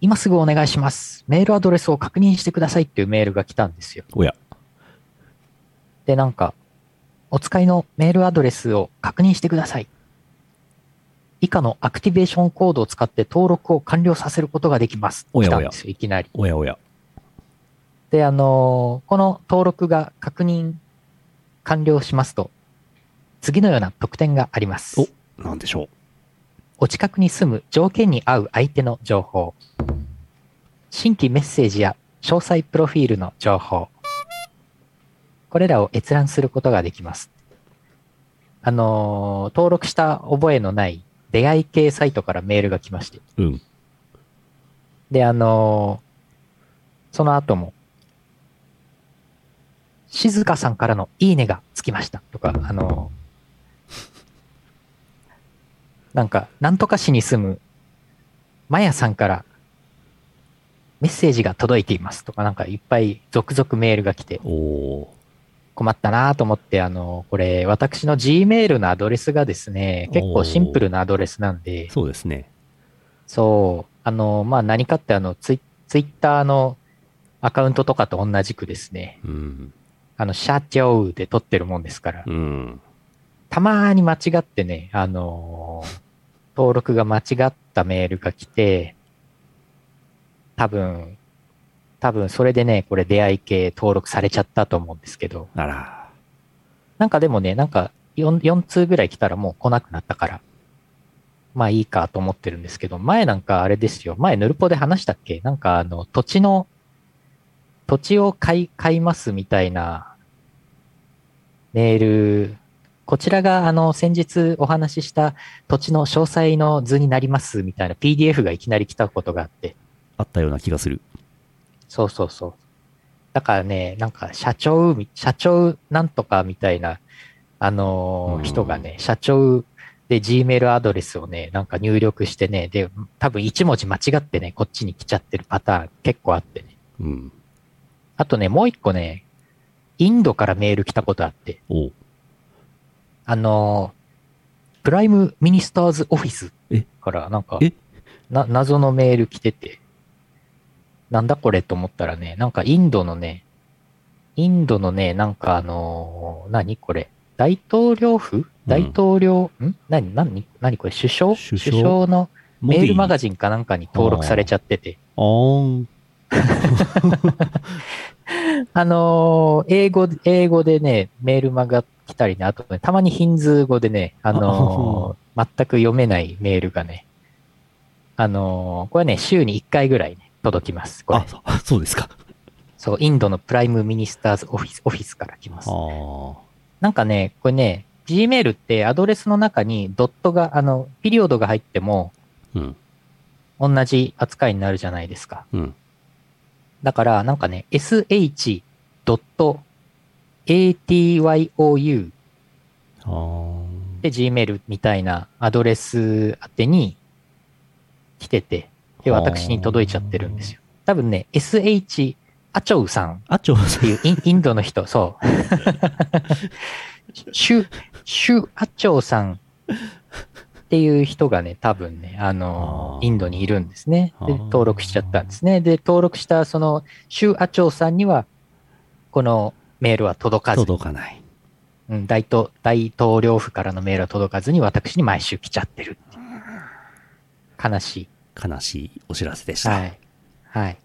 今すぐお願いします。メールアドレスを確認してくださいっていうメールが来たんですよ。おや。で、なんか、お使いのメールアドレスを確認してください。以下のアクティベーションコードを使って登録を完了させることができます。おやおや来たんですよ、いきなり。おやおや。で、あのーこの登録が確認完了しますと、次のような特典があります。おなんでしょう。お近くに住む条件に合う相手の情報。新規メッセージや詳細プロフィールの情報。これらを閲覧することができます。あのー登録した覚えのない出会い系サイトからメールが来まして。うん。で、あのーその後も、静香さんからのいいねがつきましたとか、あのーなんか、なんとか市に住む、まやさんからメッセージが届いていますとか、なんかいっぱい続々メールが来て、おお困ったなと思って、あのーこれ、私の Gmail のアドレスがですね、結構シンプルなアドレスなんでー。、そうですね。そう。あの、まあ、何かってあのツイ、ツイッターのアカウントとかと同じくですね、うん。あの、社長で撮ってるもんですから、うん。たまーに間違ってね、あのー登録が間違ったメールが来て、多分、多分それでね、これ出会い系登録されちゃったと思うんですけど、あら。なんかでもね、なんか 4, 4通ぐらい来たらもう来なくなったから、まあいいかと思ってるんですけど、前なんかあれですよ、前ヌルポで話したっけなんかあの土地の、土地を買い、買いますみたいなメール、こちらがあの先日お話しした土地の詳細の図になりますみたいな PDF がいきなり来たことがあって、あったような気がする。そうそうそう。だからね、なんか社長み、社長なんとかみたいな、あのーうん人がね、社長で Gmail アドレスをね、なんか入力してね、で、多分一文字間違ってね、こっちに来ちゃってるパターン結構あってね。うん。あとね、もう一個ね、インドからメール来たことあって、おうあのープライムミニスターズオフィスえからなんかえ、な、謎のメール来てて、なんだこれと思ったらね、なんかインドのね、インドのね、なんかあのー何これ、大統領府大統領、ん何何何これ首相首相のメールマガジジンかなんかに登録されちゃってて、ン。あーあのー英語、英語でね、メールマが来たりね、あとね、たまにヒンズー語でね、あのー 全く読めないメールがね、あのーこれね、週に1回ぐらいね、届きます。これあそあ、そう ですか。そう、インドのプライムミニスターズオフィス、オフィスから来ますあ。あ。なんかね、これね、Gmail ってアドレスの中にドットが、あの、ピリオドが入ってもうん。同じ扱いになるじゃないですか。うん。だから、なんかね、sh.atyou ああ。で Gmail みたいなアドレス宛てに来てて、で、はあ私に届いちゃってるんですよ。多分ね、sh アチョウさんっあ、ちょ、ていうインインドの人、そう。 シュ、シュアチョウさんっていう人がね、多分ね、あのは、あインドにいるんですね。で、はあ登録しちゃったんですね。で、登録したそのシュアチョウさんには、このメールは届かずに 届かない。うん、大統大統領府からのメールは届かずに私に毎週来ちゃってるっていう悲し悲しいお知らせでしい。た。はい。はい。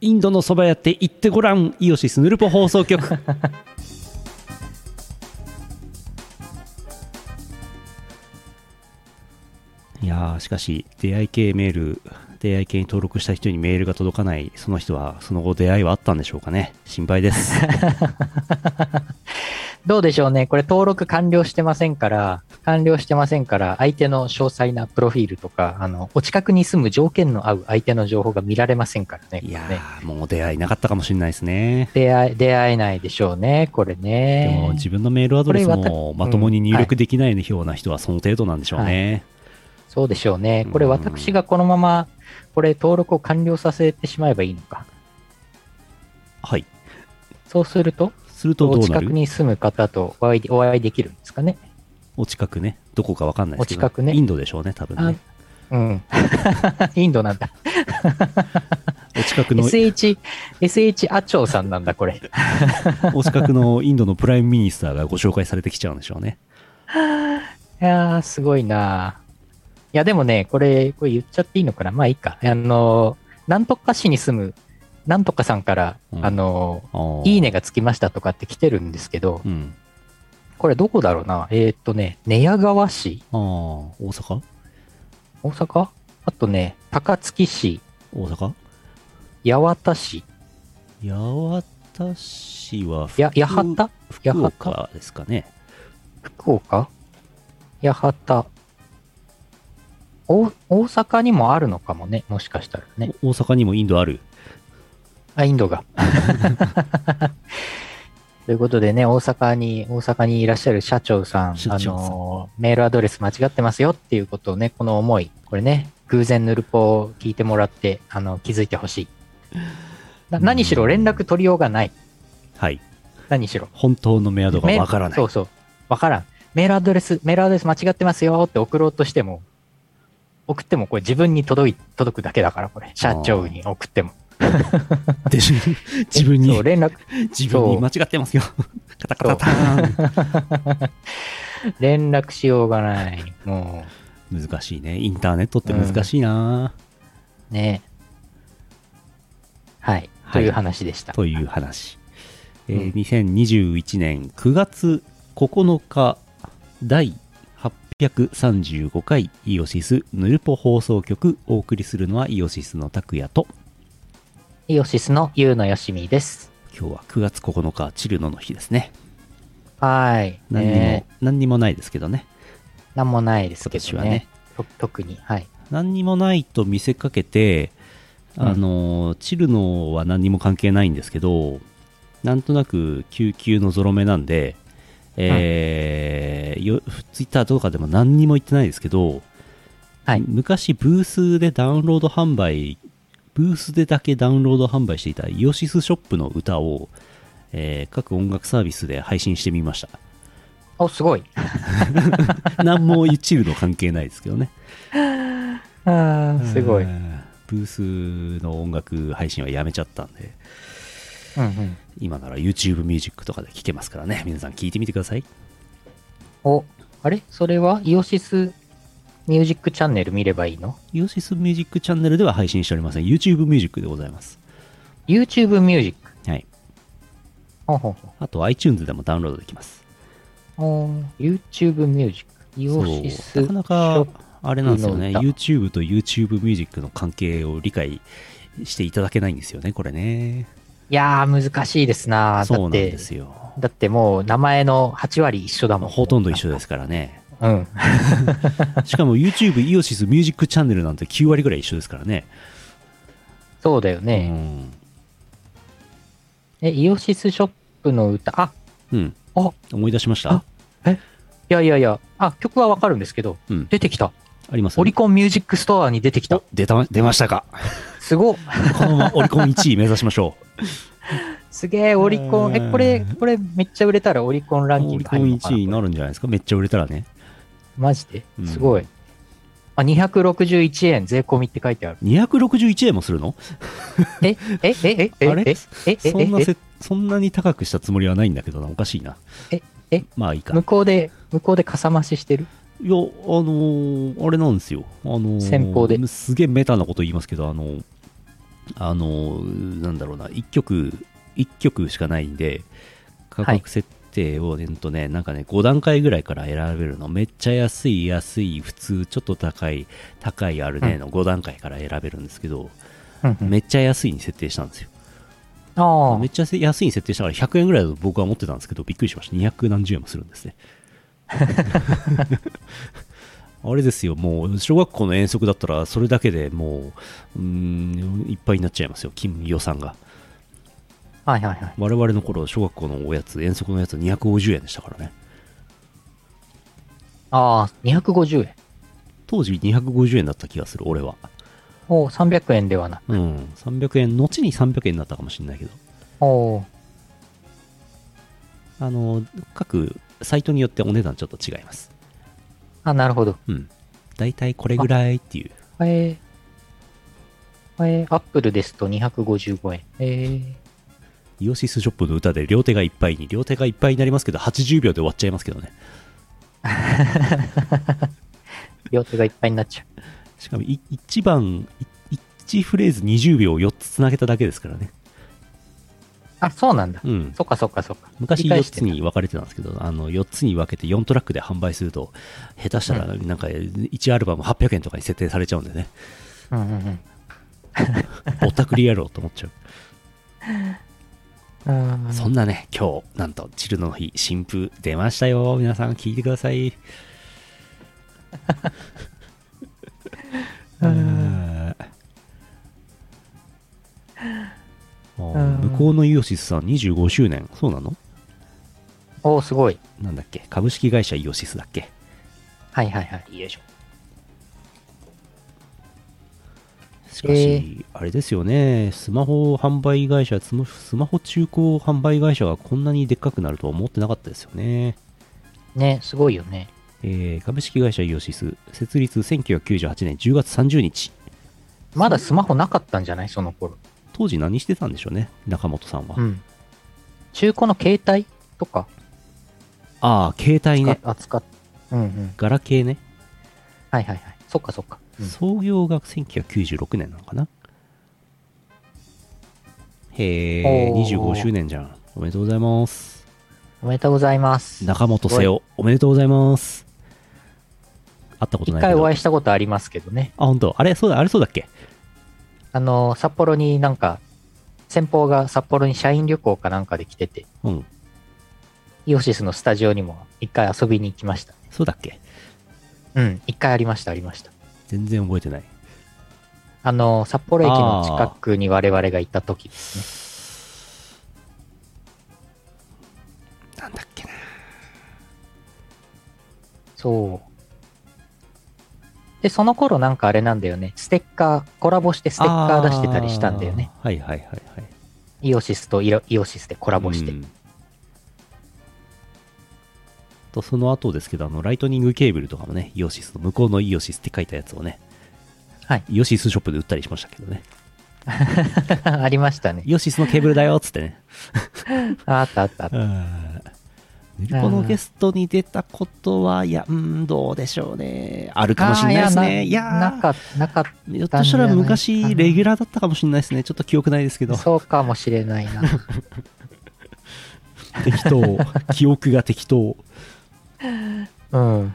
インドのそば屋って行ってごらんイオシスヌルポ放送局 いやーしかし出会い系メール出会い系に登録した人にメールが届かないその人はその後出会いはあったんでしょうかね心配です どうでしょうね。これ登録完了してませんから、完了してませんから、相手の詳細なプロフィールとか、あの、お近くに住む条件の合う相手の情報が見られませんからね。いやこれねーもう出会いなかったかもしれないですね出会え、出会えないでしょうね。これでね。も自分のメールアドレスこれもまともに入力できないような人はその程度なんでしょうね、そうでしょうね。これうん私がこのまま、これ登録を完了させてしまえばいいのか。はい、そうすると、するとおどうな近るくに住む方とお会いお会いできるんですかね。お近くね、どこかわかんないですけど、お近くねインドでしょうね、多分あね。うん。 インドなんだ。お近くの、 SH、SH アチョウさんなんだ、これ。お近くのインドのプライムミニスターがご紹介されてきちゃうんでしょうね。いやー、すごいなーいや、でもね、これ、これ言っちゃっていいのかなまあいいか。あのー、なんとか市に住む、なんとかさんから、うんあのああー、いい。ねがつきましたとかって来てるんですけど、うん。これどこだろうなえーっとね、寝屋川市、ああ、大阪大阪あとね、高槻市、大阪八幡市、八幡市は福や、八幡福岡ですかね。福岡八幡。お大阪にもあるのかもね、もしかしたらね。お大阪にもインドある。あ、イン ドが。ということでね、大阪に、大阪にいらっしゃる社長さん、社あ長さんのー、メールアドレス間違ってますよっていうことをね、この思い、これね、偶然ヌルポを聞いてもらって、あの、気づいてほしい。な何しろ連絡取りようがない。はい。何しろ。本当のメアドがわからなメールそ。いうそう。わからん。メールアドレス、メールアドレス間違ってますよって送ろうとしても、送ってもこれ自分に届い、届くだけだから、これ。社長に送っても。で 自分そにう、、連絡、自分に間違ってますよ。カタカタターン。連絡しようがない。も 難しいね。インターネットって難しいな、う、ね。はい。とはいいう話でした。という話。うえーん2021年9月9日第835回イオシスヌルポ放送局お送りするのはイオシスの拓也とイオシスのゆうのよしみです。今日は9月9日チルノの日ですねはい。何にも、ね何にもないですけどねなんもないですけ今年どはね。ねと特に。はい。何にもないと見せかけて、あのチルノは何にも関係ないんですけど、なんとなく救急のゾロ目なんで、えーよツイッターとかでも何にも言ってないですけど、はい昔ブースでダウンロード販売、ブースでだけダウンロード販売していたイオシスショップの歌を、えー各音楽サービスで配信してみました。お、す ごい。何もチルノ関係ないですけどね。あーすごい。ううんん。ブースの音楽配信はやめちゃったんで、うん。今なら YouTube ミュージックとかで聴けますからね、皆さん聴いてみてください。お、あれそれはイオシスミュージックチャンネル見ればいいのイオシスミュージックチャンネルでは配信しておりません。YouTube ミュージックでございます。 ?YouTube ミュージック。はい。ほんほんほんあと iTunes でもダウンロードできます。おー YouTube ミュージック。イそオうシス。なかなか、あれなんですよね、ショップの YouTube と YouTube ミュージックの関係を理解していただけないんですよね、これね。いやー、難しいですなーそうだなっんてで、すよ。だってもう名前の8割一緒だもん。ほとんど一緒ですからね。緒。うん。しかも YouTube イオシスミュージックチャンネルなんて9割ぐらい一緒ですからね。そうだようね。んえ、イオシスショップの歌。あ、うん。あ思い出しましたああいやいやいや。あ、曲はわかるんですけど、うん出てきた。りますオリコンミュージックストアに出てきたお。出た、出ましたか。すごっ。このままオリコン1位目指しましょすげえ、オリコン。え、これうん、これめっちゃ売れたらオリコン う。ランキオンリグコ入ンるのか1位にななるんじゃないですか。めっちゃ売れたらね。マジでうんすごい。あ、261円税込みって書いてある。 261円もするのえ、え、え、え、え、あれえ、え、えそんなえ、せ、そんなに高くしたつもりはないんだけどな。おかしいな。え、え、まあいいか。い向こうで、向こうでかさ増ししてるや、あのーあれなんですよ。あのー先方ですげえメタなこと言いますけど、あのーあのーなんだろうな、1曲、一曲しかないんで、価はい格設定を、えっとね、なんかね、5段階ぐらいから選べるの。めっちゃ安い、安い、普通、ちょっと高い、高いあるねの5段階から選べるんですけど、うんうんめっちゃ安いに設定したんですよ。あめっちゃ安いに設定したから100円ぐらいだと僕は思ってたんですけど、びっくりしました。200何十円もするん ですね。あれですよ、もう小学校の遠足だったら、それだけでもう、うーん、いっぱいになっちゃいますよ、金予算が。あ。はいはいはい。我々の頃、小学校のおやつ、遠足のやつ250円でしたからね。ああ、250円。当時250円だった気がする、俺は。おお、300円ではなく。うん、300円、後に300円になったかもしれないけど。おおー、あの、各サイトによってお値段ちょっと違います。あ、なるほど。うん。だいたいこれぐらいっていう。えー、えー、アップルですと255円。えー、イオシスショップの歌で両手がいっぱいに、両手がいっぱいになりますけど、80秒で終わっちゃいますけどね。両手がいっぱいになっちゃう。しかもい1番、1フレーズ20秒を4つつなげただけですからね。あ、そうなんだ。うん。そっかそっかそっか。昔理解4してつに分かれてたんですけど、あの4つに分けて4トラックで販売すると、下手したらなんか1アルバム800円とかに設定されちゃうんでね、た。うんうんぼったくりやろうと思っちゃう。うん。うーんそんなね、今日、なんと、チルの日、新風出ましたよ。皆さん、聞いてください。うん もううん向こうのイオシスさん25周年そうなのおー、すごい。なんだっけ株式会社イオシスだっけはいはいはい。よいしょ。しかし、あれですよねスマホ販売会社スマスマホ中古販売会社がこんなにでっかくなるとは思ってなかったですよねね、すごいよね。えー株式会社イオシス設立1998年10月30日まだスマホなかったんじゃないその頃。当時何してたんでしょうね中本さんは、うん。中古の携帯とかああ携帯使っね扱っ、うんうん。ガラケーね、はいはいはい。そっかそっか。うん創業が1996年なのかなへえおー25周年じゃんおめでとうございますおめでとうございます。中本瀬尾おめでとうございます会ったこと一ないけ回おどあ会いしたことありますけどね。本当あれそうだあれそうだっけあの、札幌になんか、先方が札幌に社員旅行かなんかで来てて、うんイオシスのスタジオにも一回遊びに行きました。そうだっけうん、一回ありました、ありました。全然覚えてないあの、札幌駅の近くに我々がいた時ですね。なんだっけなそう。で、その頃なんかあれなんだよね。ステッカー、コラボしてステッカー出してたりしたんだよね。あーはいはいはいはいイオシスとイロイオシスでコラボして。うんとその後ですけどあのライトニングケーブルとかもねイオシスの向こうのイオシスって書いたやつをねはい イオシスショップで売ったりしましたけどねありましたね。イオシスのケーブルだよっつってねああったあったあった。ヌルポのゲストに出たことはいやうんどうでしょうねあるかもしれないですねいやななーかなかっひょっとしたらたんじ昔ゃないかなレギュラーだったかもしれないですねちょっと記憶ないですけどた。そうかもしれないな。適当記憶が適当うん。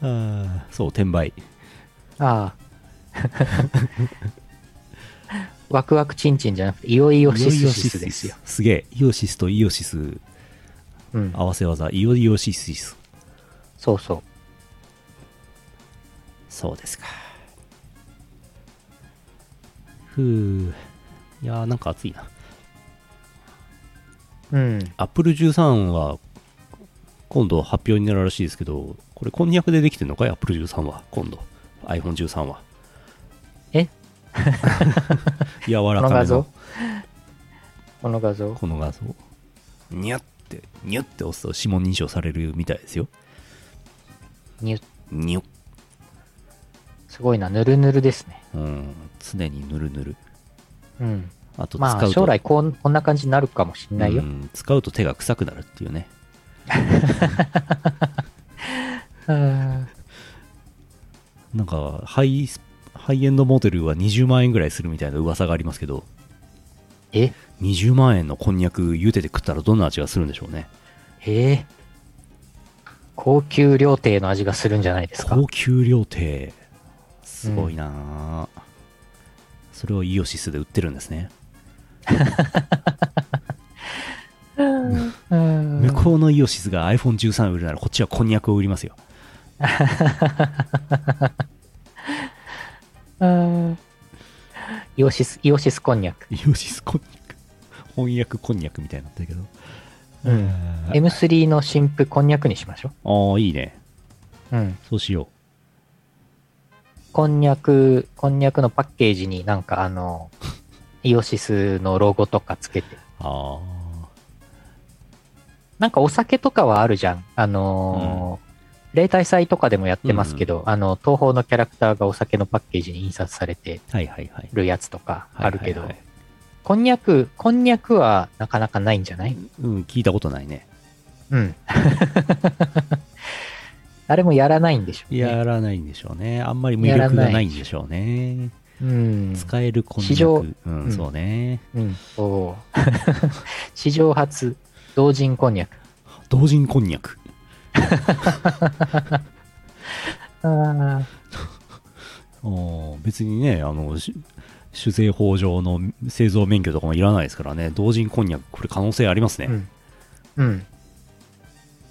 あーそう転売ああ。 ワクワクチンチンじゃなくて、いよいよシスシスですよ。すげえイオシスとイオシスうん。合わせ技イオイオシスイスそうそう。そうですかふういやーなんか熱いなうん。アップル13は今度発表になるらしいですけどこれこんにゃくでできてるのかいアップル13は今度 iPhone13 はえ 柔こらのかめ画像のこの画像この画像にゃってにゃって押すと指紋認証されるみたいですよにゅにょすごいな、ぬるぬるですね。うん常にぬるぬるうん。あとま使あ、う将と来こんこんな感じになるかもしれないよう。ん使うと手が臭くなるっていうねうん。なんかハイスハイエンドモデルは20万円ぐらいするみたいな噂がありますけどえ20万円のこんにゃく茹でて食ったらどんな味がするんでしょうねええ高級料亭の味がするんじゃないですか。高級料亭すごいなあ、それをイオシスで売ってるんですね、うん向こうのイオシスが iPhone13 売るならこっちはこんにゃくを売りますようんイオシス、イオシスこんにゃく。イオシスこんにゃく翻訳こんにゃくみたいになってるけどうん。M3 の新婦こんにゃくにしましょああいいねう。うん。そうしよこんにゃく、こんにゃくのパッケージになんかあ の、イオシスのロゴとかつけて。うああなんかお酒とかはあるじゃん。あのー例大祭とかでもやってますけど、あの、東宝のキャラクターがお酒のパッケージに印刷されてはいはいはい。るやつとかあるけど、はいはいはいこんにゃく、こんにゃくはなかなかないんじゃないうん、聞いたことないね。うん。 あれもやらないんでしょうね。やらないんでしょうね。あんまり魅力がないんでしょうね。うん。使えるこんにゃ市場く。う、うんんそうね。うん。そう 史上初、同人こんにゃく。同人こんにゃく。ああー別にね、あの、し酒税法上の製造免許とかもいらないですからね。同人こんにゃく、これ可能性ありますあ。ね。うん。うん。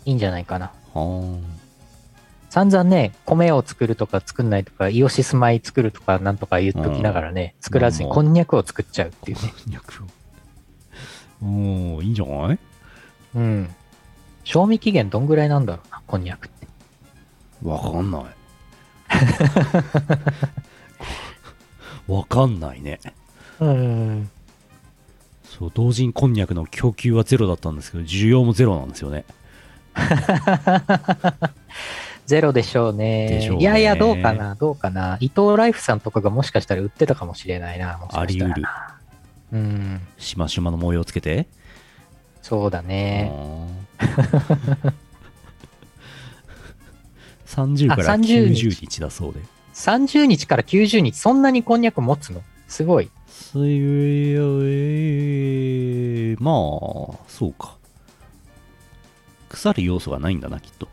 いいんじゃないかな。あー散々ね、米を作るとか作んないとか、イオシス米作るとかなんとか言っときながらね、作らずにこんにゃくを作っちゃうっていうね。こんにゃくを。おーいいんじゃないうん。賞味期限どんぐらいなんだろうな、こんにゃくって。わ かんない。わかんないね。うん。そう、同人こんにゃくの供給はゼロだったんですけど、需要もゼロなんですよね。ゼロでしょうね。でしょうねいやいや、どうかな、どうかな。伊藤ライフさんとかがもしかしたら売ってたかもしれないな、もしあかりした得らる。うん、しましまの模様をつけて。そうだね。あ ー30あから30 90日だそうで。 30日から90日、そんなにこんにゃく持つのすごい。そういう、まあ、そうか。腐る要素がないんだな、きっと。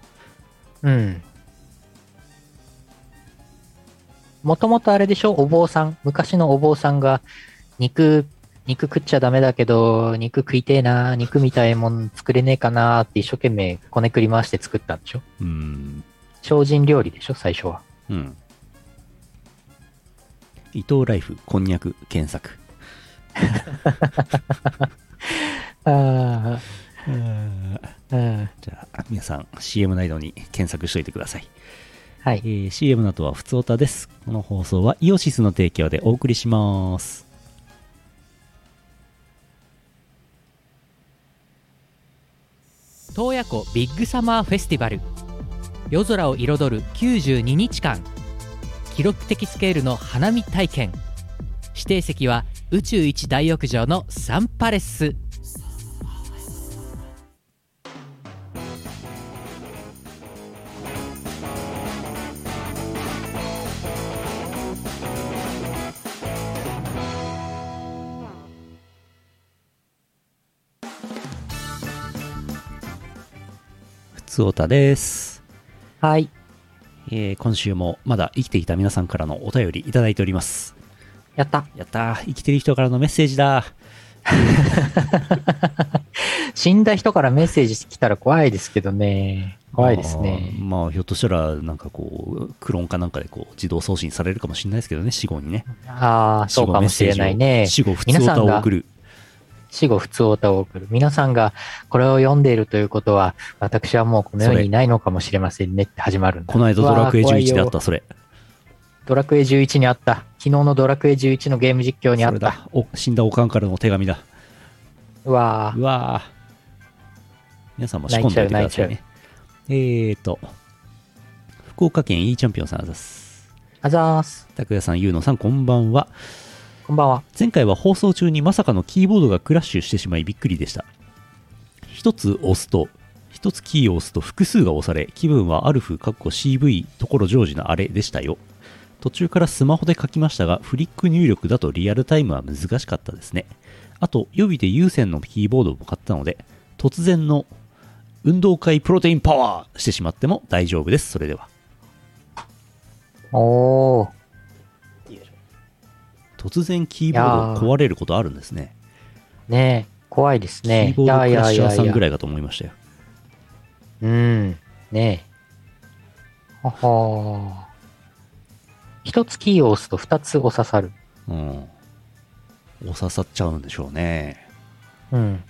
うん。もともとあれでしょお坊さん。昔のお坊さんが、肉、肉食っちゃダメだけど、肉食いてえな、肉みたいもん作れねえかなって一生懸命こねくり回して作ったんでしょうん。精進料理でしょ最初は。うん。伊藤ライフ、こんにゃく、検索。ああ、じゃあ、皆さん、CM の間に検索しといてください。はえい。ー CM の後は、ふつおたです。この放送は、イオシスの提供でお送りします。洞爺湖ビッグサマーフェスティバル夜空を彩る92日間記録的スケールの花見体験指定席は宇宙一大浴場のサンパレスふつおたです。はい。えー今週も、まだ生きていた皆さんからのお便りいただいております。やった。やったー、生きてる人からのメッセージだ。死んだ人からメッセージ来たら怖いですけどね。怖いですあーね。まあ、ひょっとしたら、なんかこう、クローンかなんかでこう、自動送信されるかもしれないですけどね、死後にね。ああー、そうかもしれないね。死後、普通歌を送る。死後普通オタを送る。皆さんがこれを読んでいるということは、私はもうこの世にいないのかもしれませんねって始まるんだ。この間、ドラクエうわー怖い11よであった、それ。ドラクエ11にあった。昨日のドラクエ11のゲーム実況にあそっれた。だ。お、死んだおかんからのお手紙だ。うわうわー皆さんも仕込んでおいてください泣いね。えーと、福岡県 E チャンピオンさんあざっす。ーあざーす。拓也さん、ゆうのさん、こんばんは。こんばんは。前回は放送中にまさかのキーボードがクラッシュしてしまいびっくりでした一つ押すと一つキーを押すと複数が押され気分はアルフ CV ところジョージのあれでしたよ途中からスマホで書きましたがフリック入力だとリアルタイムは難しかったですねあと予備で有線のキーボードも買ったので突然の運動会プロテインパワーしてしまっても大丈夫ですそれではおー。突然キーボードが壊れることあるんですねねえ、怖いですね。キーボードクラッシャーさいんやぐらいかと思いましたようん。ねえ。ははー一つキーを押すと二つお刺さる。うん。お刺さっちゃうんでしょうね。うん。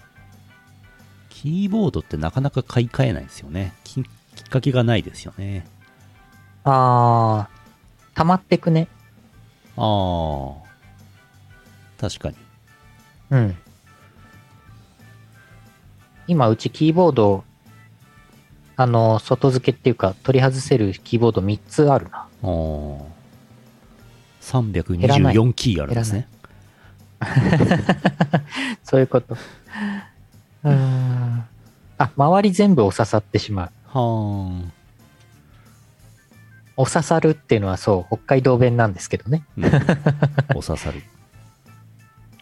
キーボードってなかなか買い替えないですよね。ききっかけがないですよね。あー、溜まってくね。ああ。確かに。うん。今、うちキーボード、あの、外付けっていうか、取り外せるキーボード3つあるな。あー減らない324キーあるんですね。そういうこと。 うーん。あ、周り全部お刺さってしまう。は あ。お刺さるっていうのはそう、北海道弁なんですけどね。うんお刺さる。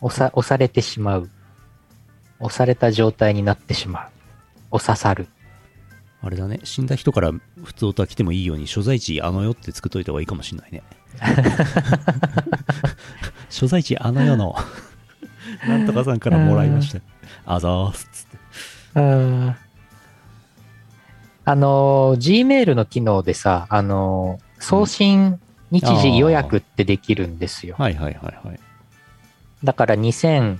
押さ、押されてしまう。押された状態になってしまう。お刺さる。あれだね、死んだ人から普通音は来てもいいように、所在地あの世って作っといた方がいいかもしんない ね。所在地あの世の、 なんとかさんからもらいました。あざーすっつって。うん。あのー、Gmail の機能でさ、あのー、送信日時予約ってできるんですよ。はいはいはいはい。だから2000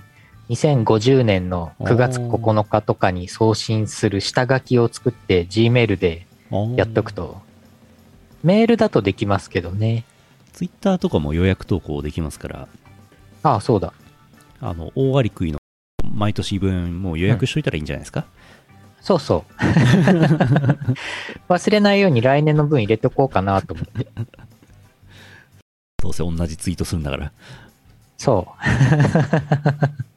2050年の9月9日とかに送信する下書きを作って Gmail であーやっとく。と、メールだとできますけどね。ツイッターとかも予約投稿できますから、ああ、そうだ。あの、大割り食いの毎年分、もう予約しといたらいいんじゃないですか。そうそう。 忘れないように来年の分入れとこうかなと思って。どうせ同じツイートするんだから。そう。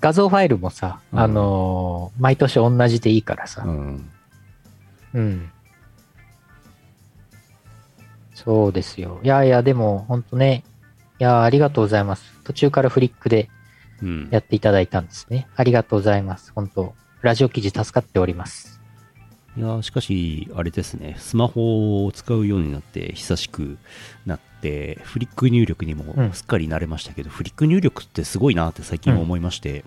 画像ファイルもさ、うんあのー毎年同じでいいからさ。うん。うん。そうですよ。いやいや、でも、ほんとね。いや、ありがとうございます。途中からフリックでうん。やっていただいたんですね。ありがとうございます。本当ラジオ記事助かっております。いやーしかし、あれですね、スマホを使うようになって、久しくなって、フリック入力にうもんすっかり慣れましたけど、フリック入力ってすごいなって最近思いまして、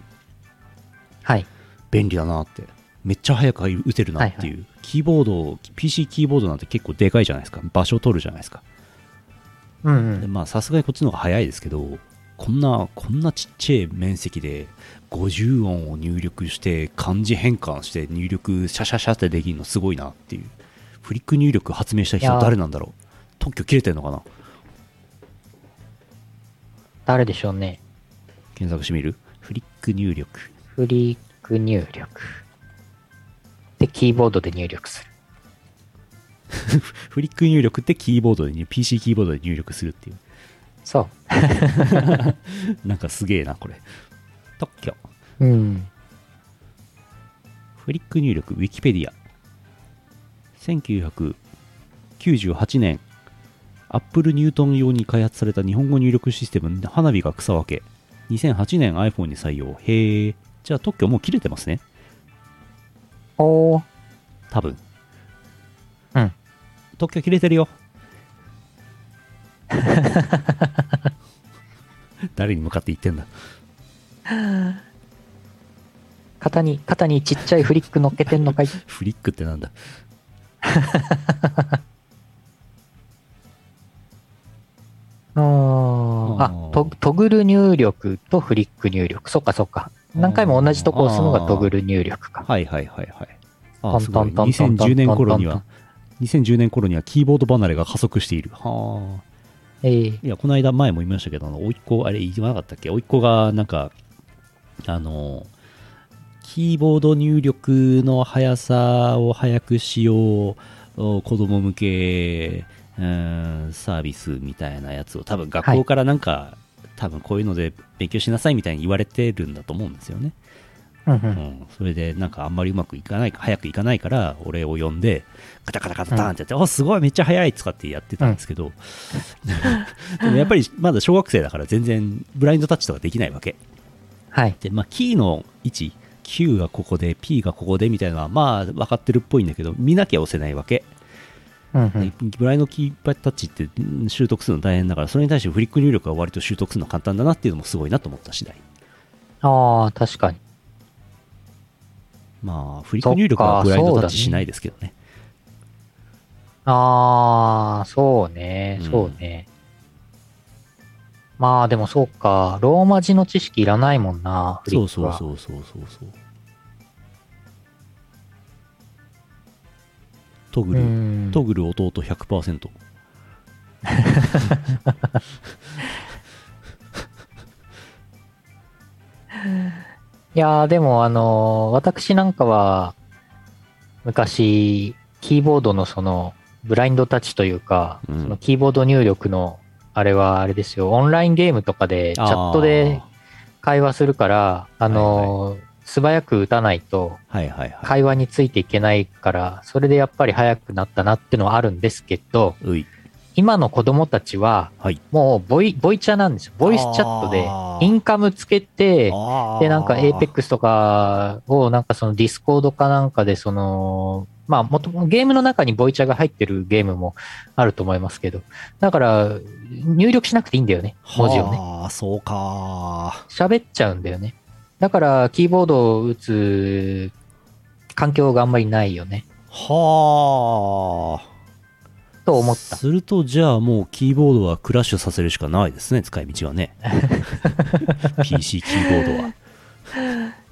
はい。便利だなって、めっちゃ早く打てるなっていう、キーボード、PC キーボードなんて結構でかいじゃないですか、場所取るじゃないですか。うん、うでん。まあ、さすがにこっちの方が早いですけど、こんな、こんなちっちゃい面積で、50音を入力して、漢字変換して、入力、シャシャシャってできるのすごいなっていう。フリック入力発明した人いやー誰なんだろう特許切れてんのかな誰でしょうね。検索してみるフリック入力。フリック入力。で、キーボードで入力する。フリック入力ってキーボードで入、PC キーボードで入力するっていう。そなんかすげえな、これ。特許。う。うん。フリック入力ウィキペディア1998年アップルニュートン用に開発された日本語入力システム花火が草分け2008年 iPhone に採用へえじゃあ特許もう切れてますねおー。多分うん特許切れてるよ 誰に向かって言ってんだ肩に、肩にちっちゃいフリック乗っけてんのかいフリックってなんだあーあ、トトグル入力とフリック入力。そっかそっか。何回も同じとこ押すのがトグル入力か。はいはいはいはい。トあ、ンすごい。トントントントン2010年頃にトンは、2010年頃にはキーボード離れが加速している。はあ。ええいや、この間前も言いましたけど、あの、甥っ子、あれ言わなかったっけ甥っ子が、なんか、あの、キーボード入力の速さを速くしよう、お子供向け、うん、サービスみたいなやつを、多分学校からなんか、多分こういうので勉強しなさいみたいに言われてるんだと思うんですよね。うんう。うんん、それでなんかあんまりうまくいかない早くいかないから俺を呼んでカタカタカタタンってやって、おすごいめっちゃ早いとかってやってたんですけど、でもやっぱりまだ小学生だから全然ブラインドタッチとかできないわけはい。で、まあ、キーの位置 Q がここで P がここでみたいなのはまあ分かってるっぽいんだけど見なきゃ押せないわけ、うんうでん。ブラインドキーパータッチってうん習得するの大変だからそれに対してフリック入力は割と習得するの簡単だなっていうのもすごいなと思った次第ああ、確かに。まあフリック入力はブラインドタッチしないですけどねああ、そうねう、んそうね。まあでもそうか、ローマ字の知識いらないもんな、フリッそうクそうは。そうそうそうそうトグうル、んトグル弟100%いやーでもあのー私なんかは、昔、キーボードのその、ブラインドタッチというか、うんそのキーボード入力の、あれはあれですよ、オンラインゲームとかで、チャットで会話するから、あの、素早く打たないと、あーはいはいはい。会話についていけないから、それでやっぱり早くなったなってのはあるんですけど、うい。今の子供たちは、はい。もうボイ、ボイチャなんですよ。ボイスチャットで、インカムつけて、で、なんか、エーペックスとかを、なんかそのディスコードかなんかで、その、まあ、もともゲームの中にボイチャが入ってるゲームもあると思いますけど、だから、入力しなくていいんだよね、文字をね。ああ、そうか喋っちゃうんだよね。だから、キーボードを打つ環境があんまりないよね、ー。はあ。と思った。すると、じゃあもうキーボードはクラッシュさせるしかないですね、使い道は ね。PC キーボードは。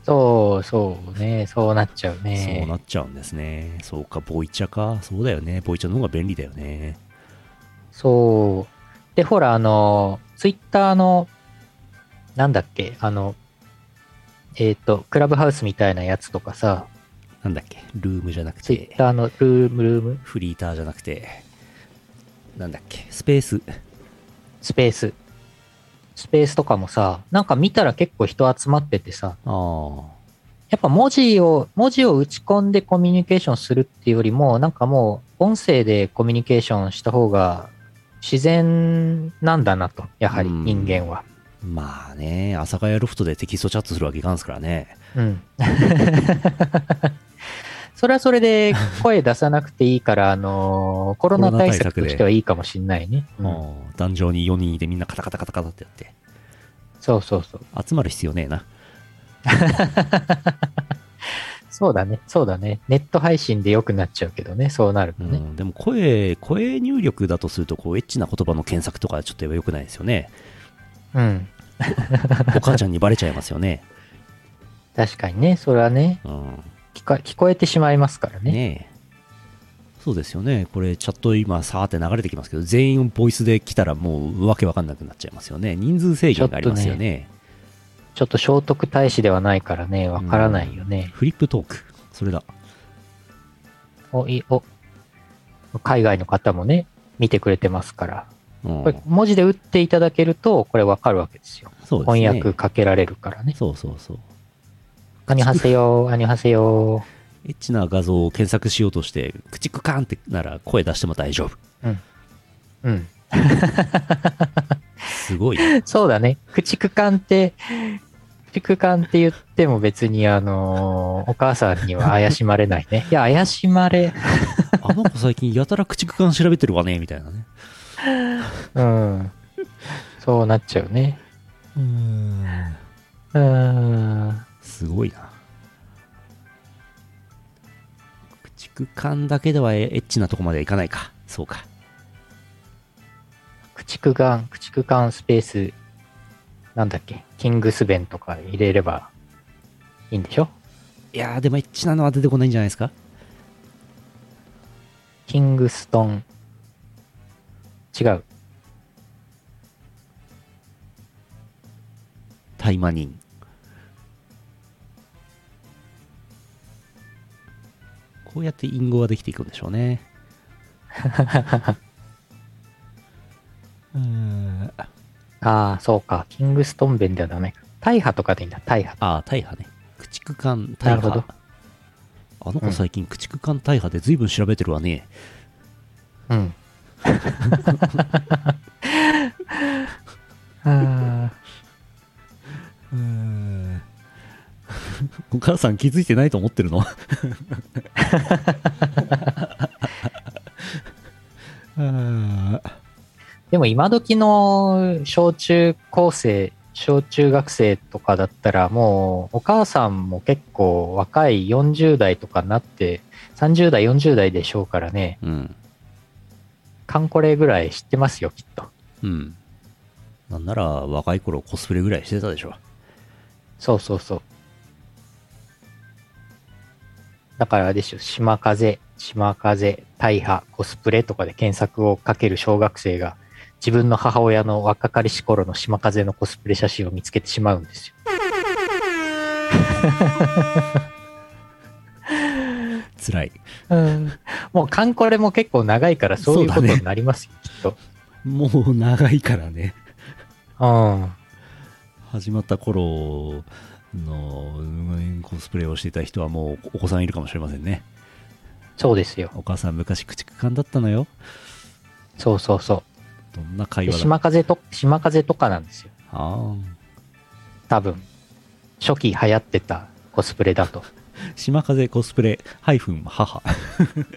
そう、そうね、そうなっちゃうね。そうなっちゃうんですね。そうか、ボイチャか。そうだよね。ボイチャの方が便利だよね。そう。で、ほら、あの、ツイッターの、なんだっけ、あの、えっ、と、クラブハウスみたいなやつとかさ、なんだっけ、ルームじゃなくツイッて、ターのルーム、ルーム、フリーターじゃなくて、なんだっけ、スペース。スペース。スペースとかもさ、なんか見たら結構人集まっててさ、ああ。やっぱ文字を、文字を打ち込んでコミュニケーションするっていうよりも、なんかもう音声でコミュニケーションした方が自然なんだなと、やはりうん人間は。まあね、阿佐ヶ谷ロフトでテキストチャットするわけいかんすからね。 うん。それはそれで声出さなくていいから、あのーコロナ対策としてはいいかもしんないね。ううんん、壇上に4人いてみんなカタカタカタカタってやって。そうそうそう。集まる必要ねえな。そうだね。そうだね。ネット配信で良くなっちゃうけどね。そうなるうとん、ね。でも声、声入力だとすると、こう、エッチな言葉の検索とかちょっと言えばよくないですよ ね。うん。お母ちゃんにバレちゃいますよね。確かにね。それはねうん。聞か、聞こえてしまいますからね。ねえ。そうですよね。これ、チャット今、さーって流れてきますけど、全員ボイスで来たらもう、わけわかんなくなっちゃいますよね。人数制限がありますよね。ちょっと聖徳太子ではないからね。わからないよね。フリップトーク。それだ。お、い、お。海外の方もね、見てくれてますから。うんこれ、文字で打っていただけると、これわかるわけですよ。そうですね。翻訳かけられるからね。そうそうそう。アニハセヨー、アニハセヨー。エッチな画像を検索しようとして、クチクカーンってなら声出しても大丈夫。うん。すごい。そうだね。駆逐艦って、駆逐艦って言っても別に、あのーお母さんには怪しまれない ね。いや、怪しまれ、あの子最近やたら駆逐艦調べてるわね、みたいなね。うん。そうなっちゃうね。うーん。うーん。すごいな。駆逐艦だけではエッチなとこまではいかないか。そうか。駆逐艦、駆逐艦スペース、なんだっけ、キングスベンとか入れればいいんでしょいやー、でもエッチなのは出てこないんじゃないですかキングストン。違う。大麻人。こうやって隠語ができていくんでしょうね。うーんあああ、そうか。キングストンベンではダメか。大破とかでいいんだ、大破。あー、大破ね。駆逐艦な大るほ破ど。あの子最近、駆逐艦大破で随分調べてるわね。うん。あうーんお母さん気づいてないと思ってるのあーーでも今時の小中高生、小中学生とかだったらもうお母さんも結構若い40代とかになって30代、40代でしょうからね、うん。カンコレぐらい知ってますよ、きっと。うん。なんなら若い頃コスプレぐらいしてたでしょ。そうそうそう。だからあれですよ、島風、島風、大破、コスプレとかで検索をかける小学生が、自分の母親の若かりし頃の島風のコスプレ写真を見つけてしまうんですよ。辛い。うん。もう、カンコレも結構長いから、そういうことになりますよ、きっと。もう長いからね。うん。始まった頃のうんコスプレをしていた人はもうお子さんいるかもしれませんね。そうですよ。お母さん昔駆逐艦だったのよ。そうそうそどんなう。会で話だ島風と、島風とかなんですよ。あ多分。初期流行ってたコスプレだと。あ。島風コスプレハイフン母。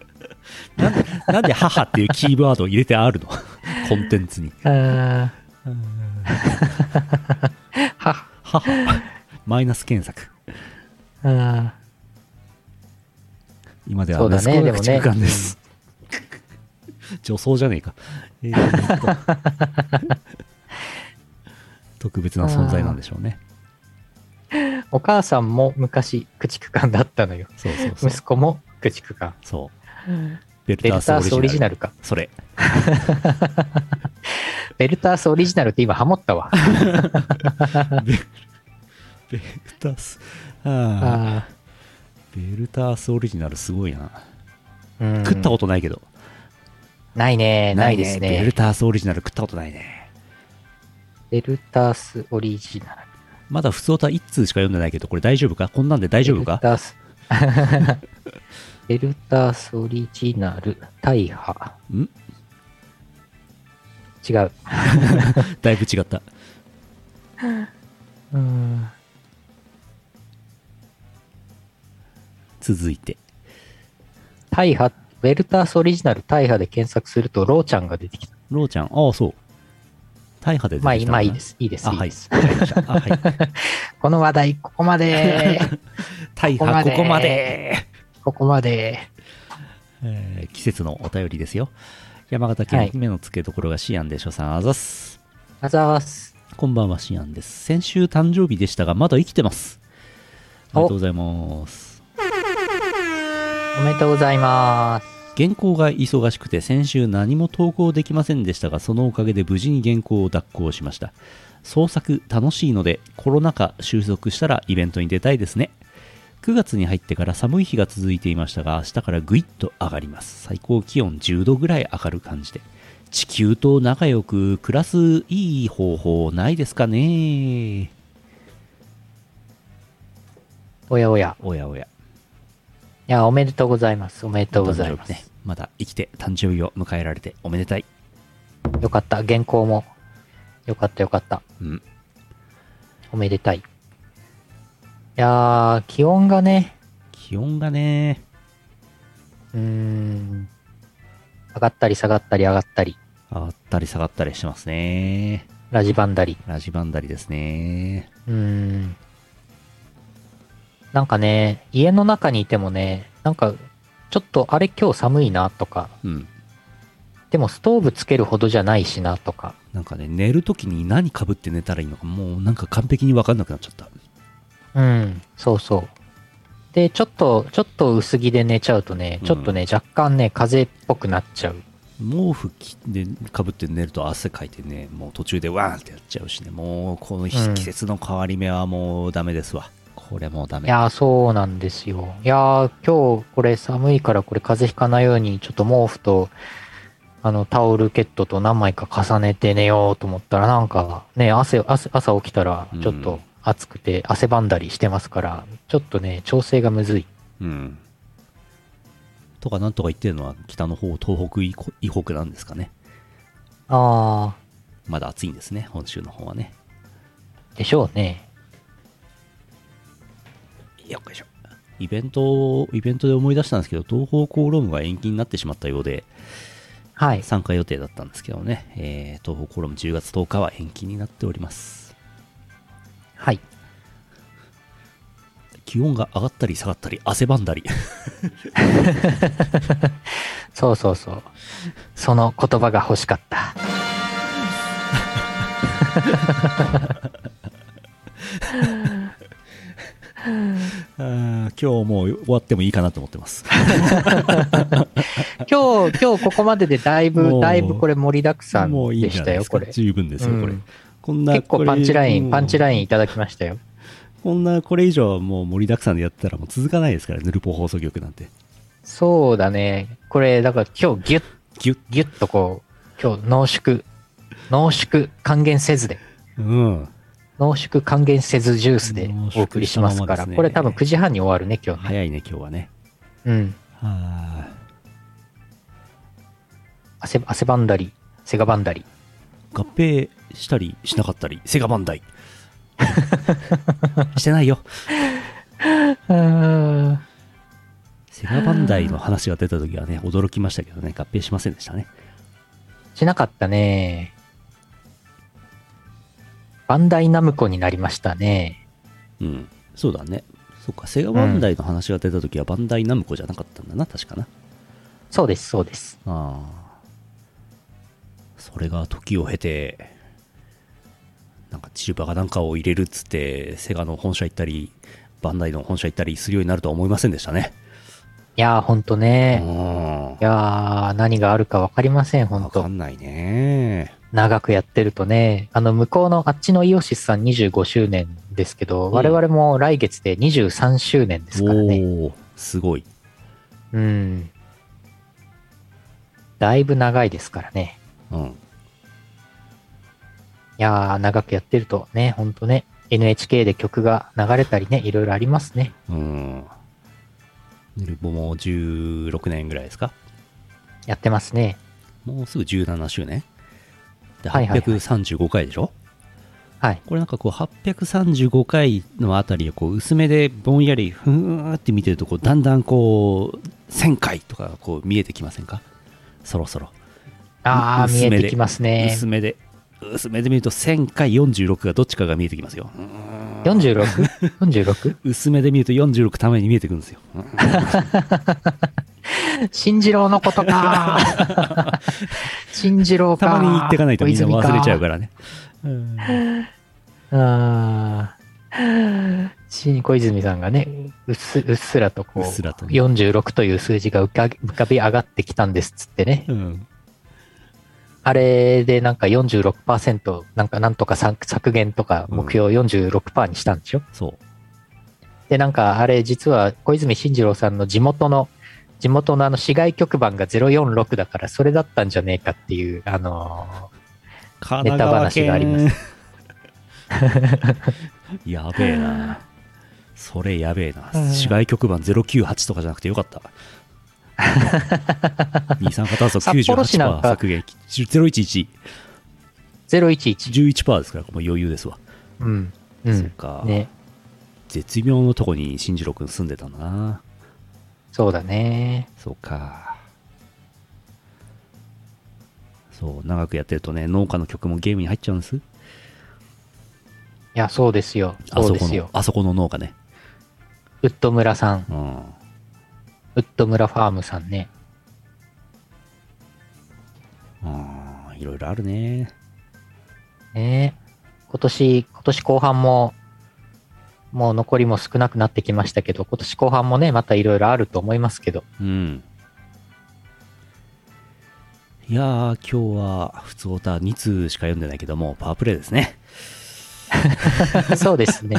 なんで、なんで母っていうキーワードを入れてあるの コンテンツに。うん。は、母。マイナス検索。うん。今でそはうだ息ね子がでも駆ね逐艦です。 女装じゃねえか。えーっと 特別な存在なんでしょうね。お母さんも昔、駆逐艦だったのよ。そうそうそう。息子も駆逐艦。そう。ベベルタルタースースオオリリジジナナル。ルか。それ。ベルタースオリジナルって今ハモったわ。ベルベルタース。ああ。あベルタースオリジナルすごいな。ーうん食ったことないけど。ないね、ないですベルね。タースオリジナル食ったことないね。ベルタースオリジナル。まだ普通歌1通しか読んでないけど、これ大丈夫かこんなんで大丈夫 かベルタース。ベルタースオリジナル、大破。ん違う。だいぶ違った。うん。続いて。大破、ベルタースオリジナル、大破で検索すると、ローちゃんが出てきた。ローちゃん、ああ、そう。大破で出てきた。まあ、今いいですす。いいです。あ、いいはい。でわす。かりました。あ、はい。この話題、ここまで。大ここま破、でここまで。ここまで。えー季節のお便りですよ。山形は県い姫の付けどころがシアンでしょさん、あざっす。あざわす。こんばんは、シアンです。先週誕生日でしたが、まだ生きてます。あおりがとうございます。おめでとうございます。原稿が忙しくて先週何も投稿できませんでしたがそのおかげで無事に原稿を脱稿しました創作楽しいのでコロナ禍収束したらイベントに出たいですね9月に入ってから寒い日が続いていましたが明日からぐいっと上がります最高気温10度ぐらい上がる感じで地球と仲良く暮らすいい方法ないですかねおやおや。おやおやいや、おめでとうございます。おめでとうございお誕ま生す。日ねまだ生きて誕生日を迎えられておめでたいよかった。原稿も。よかった、よかった。うんおめでたい。いやー、気温がね、気温がねうーん、上がったり下がったり上がったり、上がったり下がったりしてますね。ラジバンダリ。ラジバンダリですね。うーん。なんかね、家の中にいてもね、なんか、ちょっとあれ今日寒いなとか、うん。でもストーブつけるほどじゃないしなとか、なんかね、寝るときに何かぶって寝たらいいのか、もうなんか完璧にわかんなくなっちゃった。うん、そうそう。で、ちょっと、ちょっと薄着で寝ちゃうとね、ちょっとね、若干ね、風邪っぽくなっちゃう。毛布着でかぶって寝ると汗かいてね、もう途中でワーンってやっちゃうしね、もうこの日うん季節の変わり目はもうダメですわ。これもうダいメ。やー、そうなんですよ。いやー、今日これ寒いからこれ風邪ひかないように、ちょっと毛布と、あの、タオルケットと何枚か重ねて寝ようと思ったら、なんかね、汗、汗朝起きたらうん、ちょっと暑くて汗ばんだりしてますから、ちょっとね、調整がむずい。うん。とかなんとか言ってるのは北の方、東北以以北なんですかね。あまだ暑いんですね、本州の方はね。ー、でしょうね。よっこいしょイベントイベントで思い出したんですけど東方コーロームが延期になってしまったようではい。参加予定だったんですけどね、えー東方コーローム10月10日は延期になっておりますはい。気温が上がったり下がったり汗ばんだ りそうそうそう。その言葉が欲しかった。あー今日もう終わってもいいかなと思ってます今日、今日ここまででだいもぶ、うだいぶこれ盛りだくさんもういいんでじしゃなたいでよ、すかこれ。十分ですよこれ、うんこんな結構パンチライン、パンチラインンいただきましたよ。こんなこれ以上はもう盛りだくさんでやったらもう続かないですからヌルポ放送局なんてそうだね。これ、だから今日ギュッ、ギュッ。ギュッとこう、今日濃縮、濃縮還元せずで、うん。濃縮還元せずジュースでお送りします濃縮したままかでら、すねこれ多分9時半に終わるね、今日ね。早いね、今日はね。うん。はあ。汗、汗ばんだり、せがばんだり。合併したりしなかったり、セガバンダイ。 してないよ。うん。セガバンダイの話が出た時はね、驚きましたけどね、合併しませんでしたね。しなかったね。バンダイナムコになりましたね。うん。そうだね。そっか、セガバンダイの話が出た時はバンダイナムコじゃなかったんだな、確かな。そうです、そうです。ああ。それが時を経て、なんかチューバがなんかを入れるっつって、セガの本社行ったり、バンダイの本社行ったりするようになるとは思いませんでしたね。いやー、ほんとうね。んい。やー、何があるか分かりません、本わか当んないね。長くやってるとね、あの、向こうのあっちのイオシスさん25周年ですけど、ん我々も来月で23周年ですからね。おーすごい。うん。だいぶ長いですからね。うん。いやー、長くやってるとね、ほんとね、NHK で曲が流れたりね、いろいろありますね。うん。ヌルボも16年ぐらいですかやってますね。もうすぐ17周年で、はいはいはい835回でしょ、はい。これなんかこう、835回のあたりをこう、薄めでぼんやり、ふーって見てると、こう、だんだんこう、1000回とかこう、見えてきませんかそろそろ。あー、薄見めえでてきますね。薄めで、薄めで見ると、1000回46がどっちかが見えてきますよ。うーん 46?46? 薄めで見ると46ために見えてくるんですよ。うん新次郎のことか 新次郎かたまに行ってかないとみんな忘れちゃら。うからね。うんあー新小泉さんがね、うっすうっすらとこう、うっすらとね46という数字が浮かび浮かび上がってきたんですっつってね。うんあれでなんか46%、なんかなんとかさ削減とか目標46%にしたんでしょ、そう。で、なんかあれ実は小泉進次郎さんの地元の、地元のあの市外局番が046だからそれだったんじゃねえかっていう、あの神ネタ話がありますす。 やべえな。それやべえなうん。市外局番098とかじゃなくてよかった。二酸化炭素札幌市なん98%か削減。011、ー、011。 11%ですから、もう余裕ですわ。うん。うそっん。か、ね。絶妙のとこに進次郎くん住んでたんだな。そうだね。そうか。そう、長くやってるとね、農家の曲もゲームに入っちゃうんです。いや、そうですよ。あそうそでこすのよ、。あそこの農家ね。ウッド村さん、うん。ウッド村ファームさんね。うん、いろいろあるね。ね今年、今年後半も、もう残りも少なくなってきましたけど、今年後半もね、またいろいろあると思いますけど。 うん。いやー、今日は、普通オタ2通しか読んでないけども、パワープレイですね。そうです ね。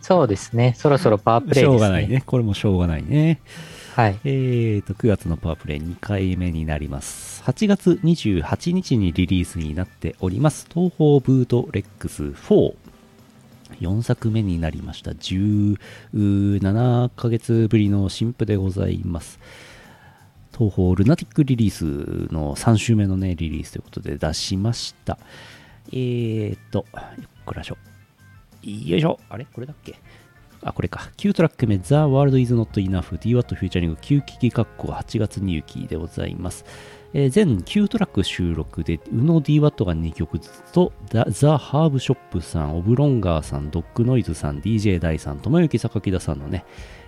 そうですね。そろそろパワープレイでしすょね。うがない。ね。これもしょうがないね。はい。えーと、9月のパワープレイ2回目になります。8月28日にリリースになっております。東方ブートレックス4。4作目になりました。17ヶ月ぶりの新譜でございます。東方ルナティックリリースの3週目のね、リリースということで出しました。えーと、よっこらしょ。よいしょ。あれこれだっけあ、これか。9トラック目、The World is Not Enough, DWAT Futuring 9機器括弧8月入期でございます。えー全9トラック収録で、u n o DWAT が2曲ずつと、The, The Herb Shop さん、オブロンガーさん、ドッグノイズさん、DJ 大さん、ともゆき榊田さんのね、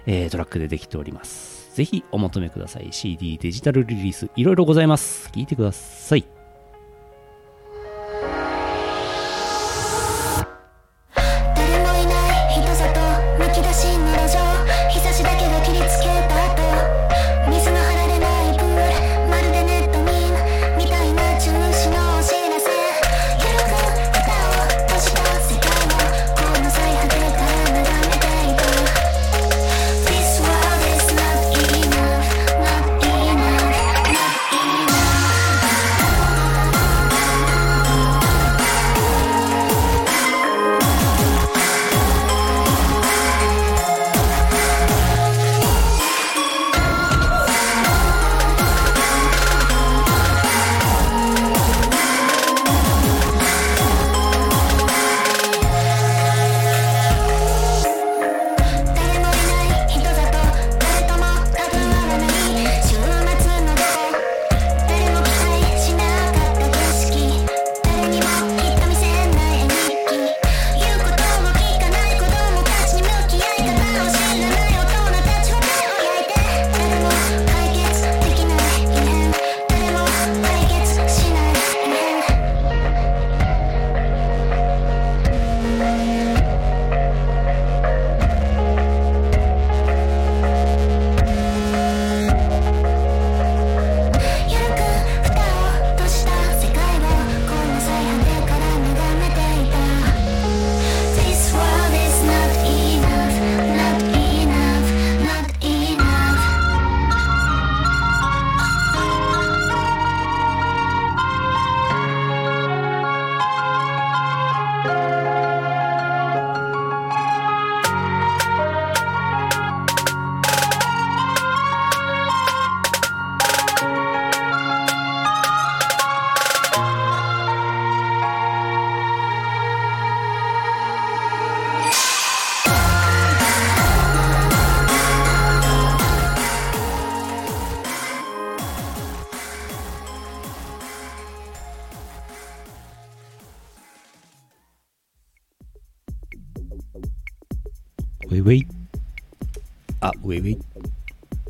えートラックでできております。ぜひお求めください。CD、デジタルリリース、いろいろございます。聞いてください。誰もいない人里むき出しの路上日差しだけが切りつけた後水の張られないプールまるでネットミンみたいな中止のお知らせ揺らぐ歌を閉じた世界のこの最果てから眺めていく This world is not enough まウェイウェイ。あ、ウェイウェイ。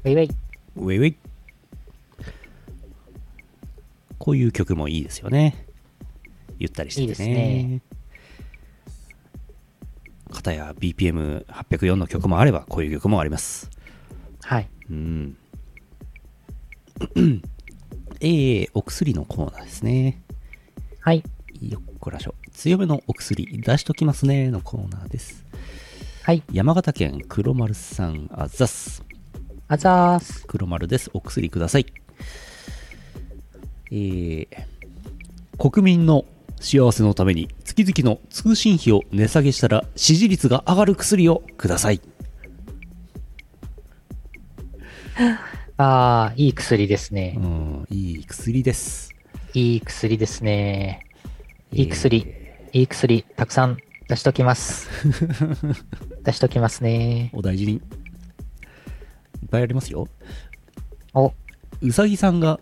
ウェイウェイ。ウェイウェイ。こういう曲もいいですよね。ゆったりしてていね。いですね片や BPM804 の曲もあれば、こういう曲もあります。はい。うん。 えー、お薬のコーナーですね。はい。よっこらしょ。強めのお薬出しときますねのコーナーです。はい。山形県黒丸さん、あざっす。あざーす。黒丸です。お薬ください。えー、国民の幸せのために月々の通信費を値下げしたら支持率が上がる薬をください。あー、いい薬ですねう。ん、いい薬です。いい薬ですね。いい薬。いい薬。たくさん出しとき ます。出しときますね。お大事に。いっぱいありますよ。お、うさぎさんが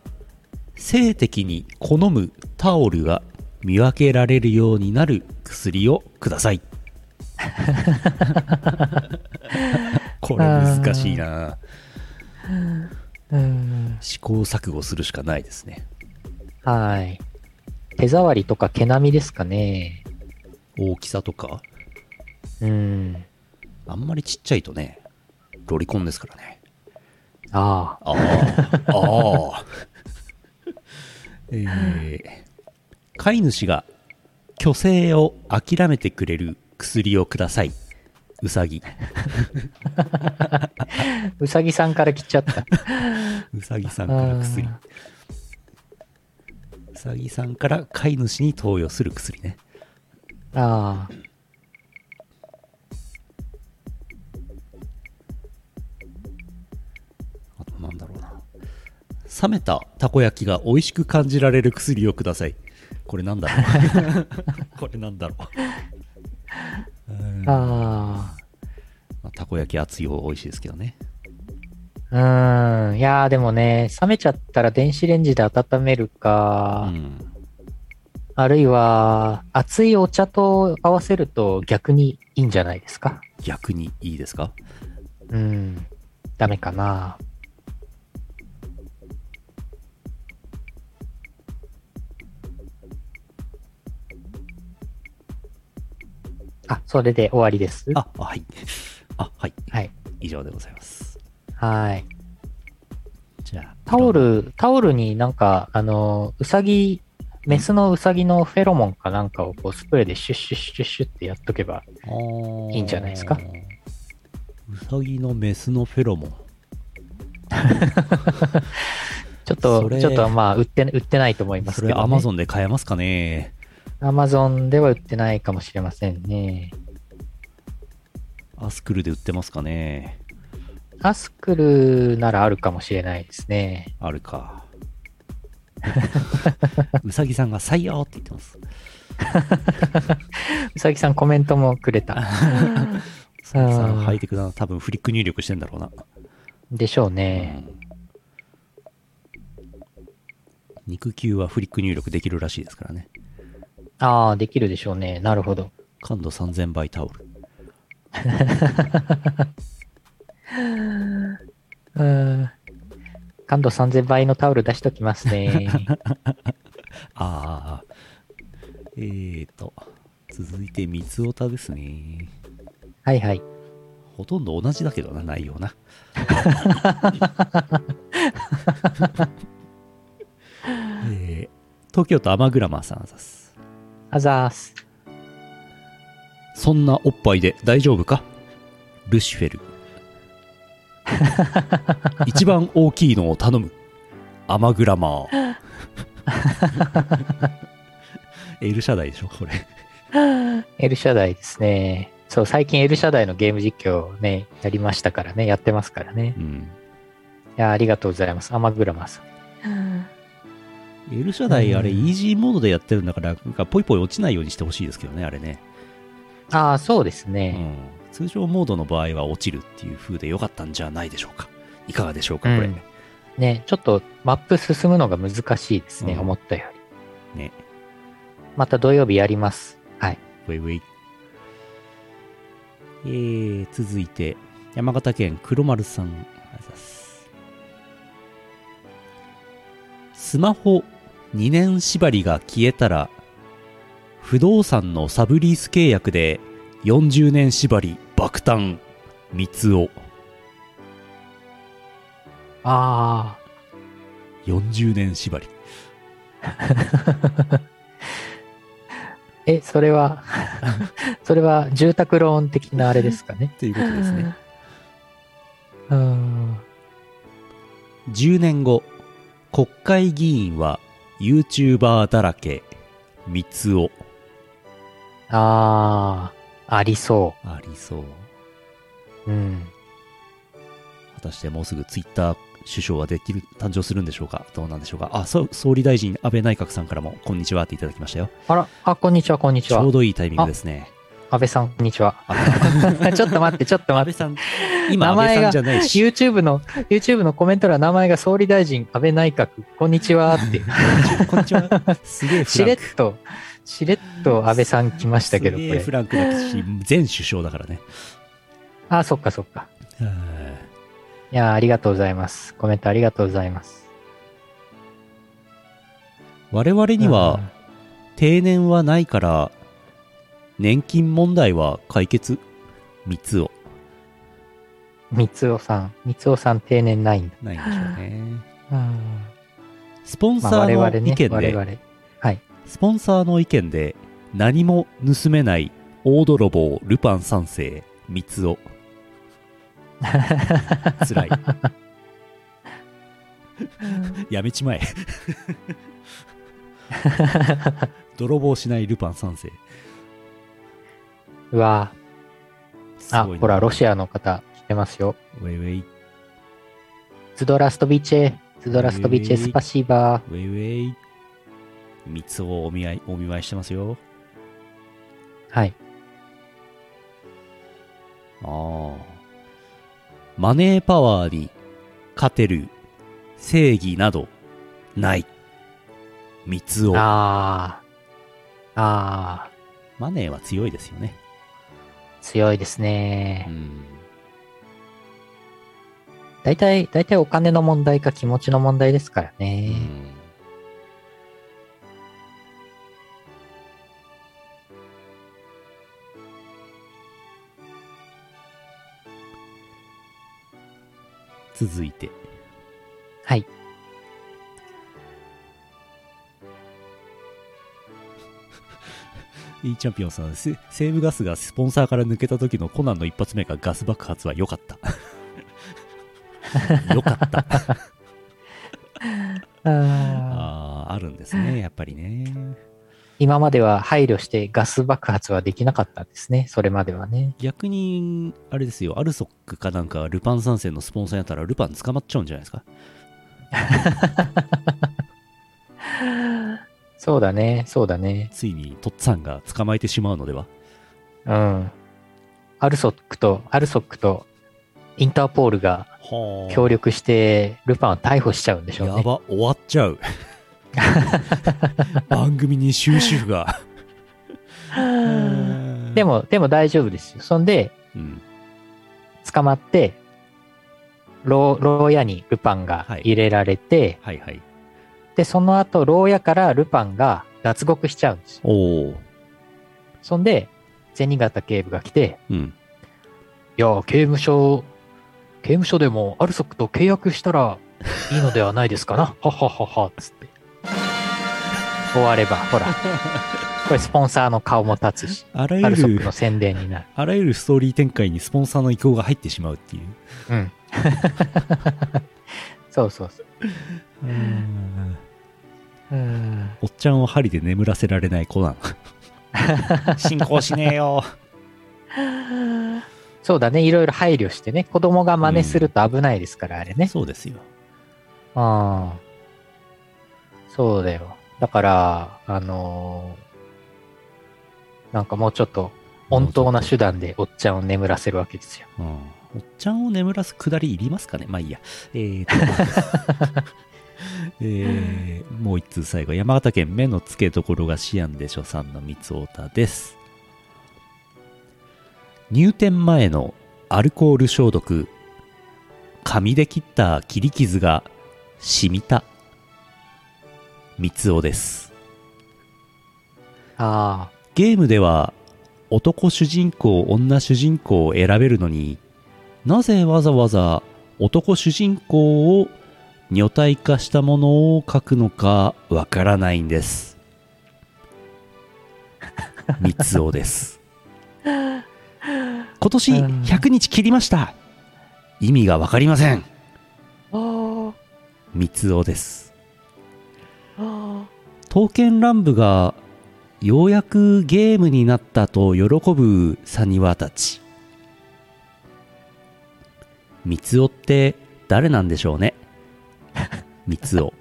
性的に好むタオルが見分けられるようになる薬をください。これ難しいなうん。試行錯誤するしかないですね。はい。手触りとか毛並みですかね。大きさとか、うん。あんまりちっちゃいとね、ロリコンですからね。あああ、ああ。えー飼い主が虚勢を諦めてくれる薬をください。うさぎ。あ。うさぎさんから来ちゃ った。うさぎさんから薬。あうさぎさんから飼い主に投与する薬ね。ああ。あとなんだろうな。冷めたたこ焼きが美味しく感じられる薬をください。これなんだ ろう。これなんだろう。うんまああたこ焼き熱い方が美味しいですけどね。あ。うん。いやーでもね、冷めちゃったら電子レンジで温めるうか、ん。あるいは、熱いお茶と合わせると逆にいいんじゃないですか。逆にいいですかうん。ダメかな。あ、それで終わりです。あ、あはい。あ、はい。はい。以上でございます。はい。じゃあ。タオル、タオルになんか、あの、うさぎ、メスのうさぎのフェロモンかなんかをこうスプレーでシュッシュッシュッシュッってやっとけば、いいんじゃないですかうさぎのメスのフェロモン。ちょっとそ、れちょっとまあ、売って、売ってないと思いますそけれど、ね。アマゾンで買えますかねアマゾンでは売ってないかもしれませんね。アスクルで売ってますかねアスクルならあるかもしれないですね。あ るか。うさぎさんが採用って言ってます。うさぎさんコメントもくれた。 うさぎさんあーハイテクだな。多分フリック入力してんだろうな。でしょうね。うん肉球はフリック入力できるらしいですからね。ああ、できるでしょうね。なるほど。感度3000倍タオル。うん。感度3000倍のタオル出しときます ね。ああ。えーと、続いて三つおたですね。はいはい。ほとんど同じだけどな、内容 な。えー東京都アマグラマーさんあざす。あざーす。そんなおっぱいで大丈夫かルシフェル。一番大きいのを頼む。アマグラマ ー。L 社代でしょ、これ。エルシャダイですね。そう、最近エルシャダイのゲーム実況をね、やりましたからね。やってますからね。うん。いやー、ありがとうございます。アマグラマさん。エルシャダイ、あれ、うイんージーモードでやってるんだから、なんか、ぽいぽい落ちないようにしてほしいですけどね、あれね。ああ、そうですうね。ん、通常モードの場合は落ちるっていう風で良かったんじゃないでしょうか。いかがでしょうか、これ。うんね、ちょっとマップ進むのが難しいですね。うん思ったより。ね。また土曜日やります。はい。ウェイウェイ。えー続いて、山形県黒丸さん、ありがとうございます。スマホ2年縛りが消えたら、不動産のサブリース契約で40年縛り爆誕、三つをああ、 40年縛り。え、それ は、それは住宅ローン的なあれですかね。ということですね。うーん。 10年後国会議員は YouTuber だらけ三つをああ、ありそありそうう。うん。果たしてもうすぐ Twitter 首相はできる誕生するんでしょうかどうなんでしょうかあそう総理大臣安倍内閣さんからもこんにちはっていただきましたよあら、あ、こんにちは、こんにちちはょう。どいいタイミングですね安倍さん、こんにちは。 あちょっと待って、ちょっと待安倍って。さん今 名安倍前さがんじゃないし YouTube の、YouTube のコメント欄、名前が総理大臣、安倍内閣、こんにちはって、こんにちはす げえフしラれンっクと、しれっと安倍さん来ましたけど、すこげえれフ。ランクだし前首相だからねあ、そっかそっか。はいいやー、ありがとうございます。コメントありがとうございます。我々には定年はないから年金問題は解決三つをうん、三尾さん、三尾さん定年ないんだ。ないんでしょうねうん。 スポンまサあ、我ー々のね意見、で、我々。はい。スポンサーの意見で何も盗めない大泥棒ルパン三世三 つをつらい やめち まえ泥棒しないルパン三世うわすーあ、ごいなほら、ロシアの方来てますよ。ウェイウェイズドラストビチェ、ズドラストビチェ、えースパシーバー。ウェイウェイ三つをお見合いお見舞いしてますよはい。ああ。マネーパワーに勝てる正義などない。三つを。ああ。ああ。マネーは強いですよね。強いですねう。ん。大体、大体お金の問題か気持ちの問題ですからうね。ん続いて、はい。いいチャンピオンさん、セセーブガスがスポンサーから抜けた時のコナンの一発目がガス爆発は良 かった。良かった。あーあーあるんですね、やっぱりね。今までは配慮してガス爆発はできなかったんですね。それまではね。逆に、あれですよ、アルソックかなんか、ルパン三世のスポンサーやったら、ルパン捕まっちゃうんじゃないですか。そうだね、そうだね。ついに、トッツァンが捕まえてしまうのでは。うん。アルソックと、アルソックと、インターポールがは協力して、ルパンを逮捕しちゃうんでしょうね。やば、終わっち ゃう。番組に終止符が。 で、も、でも大丈夫ですよ。そんで、うん、捕まって、牢牢屋にルパンが入れられて、はいはい。で、その後、牢屋からルパンが脱獄しちゃうんですよ。おお、そんで、銭形警部が来て、うん。いや、刑務所、刑務所でもアルソックと契約したらいいのではないですか な。はははは、つって。終われば、ほら。これ、スポンサーの顔も立 つし、あらアゆルソッるクの、宣伝になる。あらゆるストーリー展開にスポンサーの意向が入ってしまうっていう。うん。 そうそうそう。うん。おっちゃんを針で眠らせられないコナン。 進行しねえよ。そうだね。いろいろ配慮してね。子供が真似すると危ないですから、あれね。そうですよ。ああ。そうだよ。だから、あのーなんかもうちょっと、穏当な手段でおっちゃんを眠らせるわけですよ。うんおっちゃんを眠らすくだりいりますかねまあいいや。えーとえーもう一通最後。山形県目の付けどころがシアンでしょさんの三つ太田です。入店前のアルコール消毒紙で切った切り傷が染みた三つおですあゲームでは男主人公女主人公を選べるのになぜわざわざ男主人公を女体化したものを書くのかわからないんです 三つおです今年うん100日切りました意味がわかりませんあ。三つおです刀剣乱舞がようやくゲームになったと喜ぶサニワたち三つおって誰なんでしょうね 三つお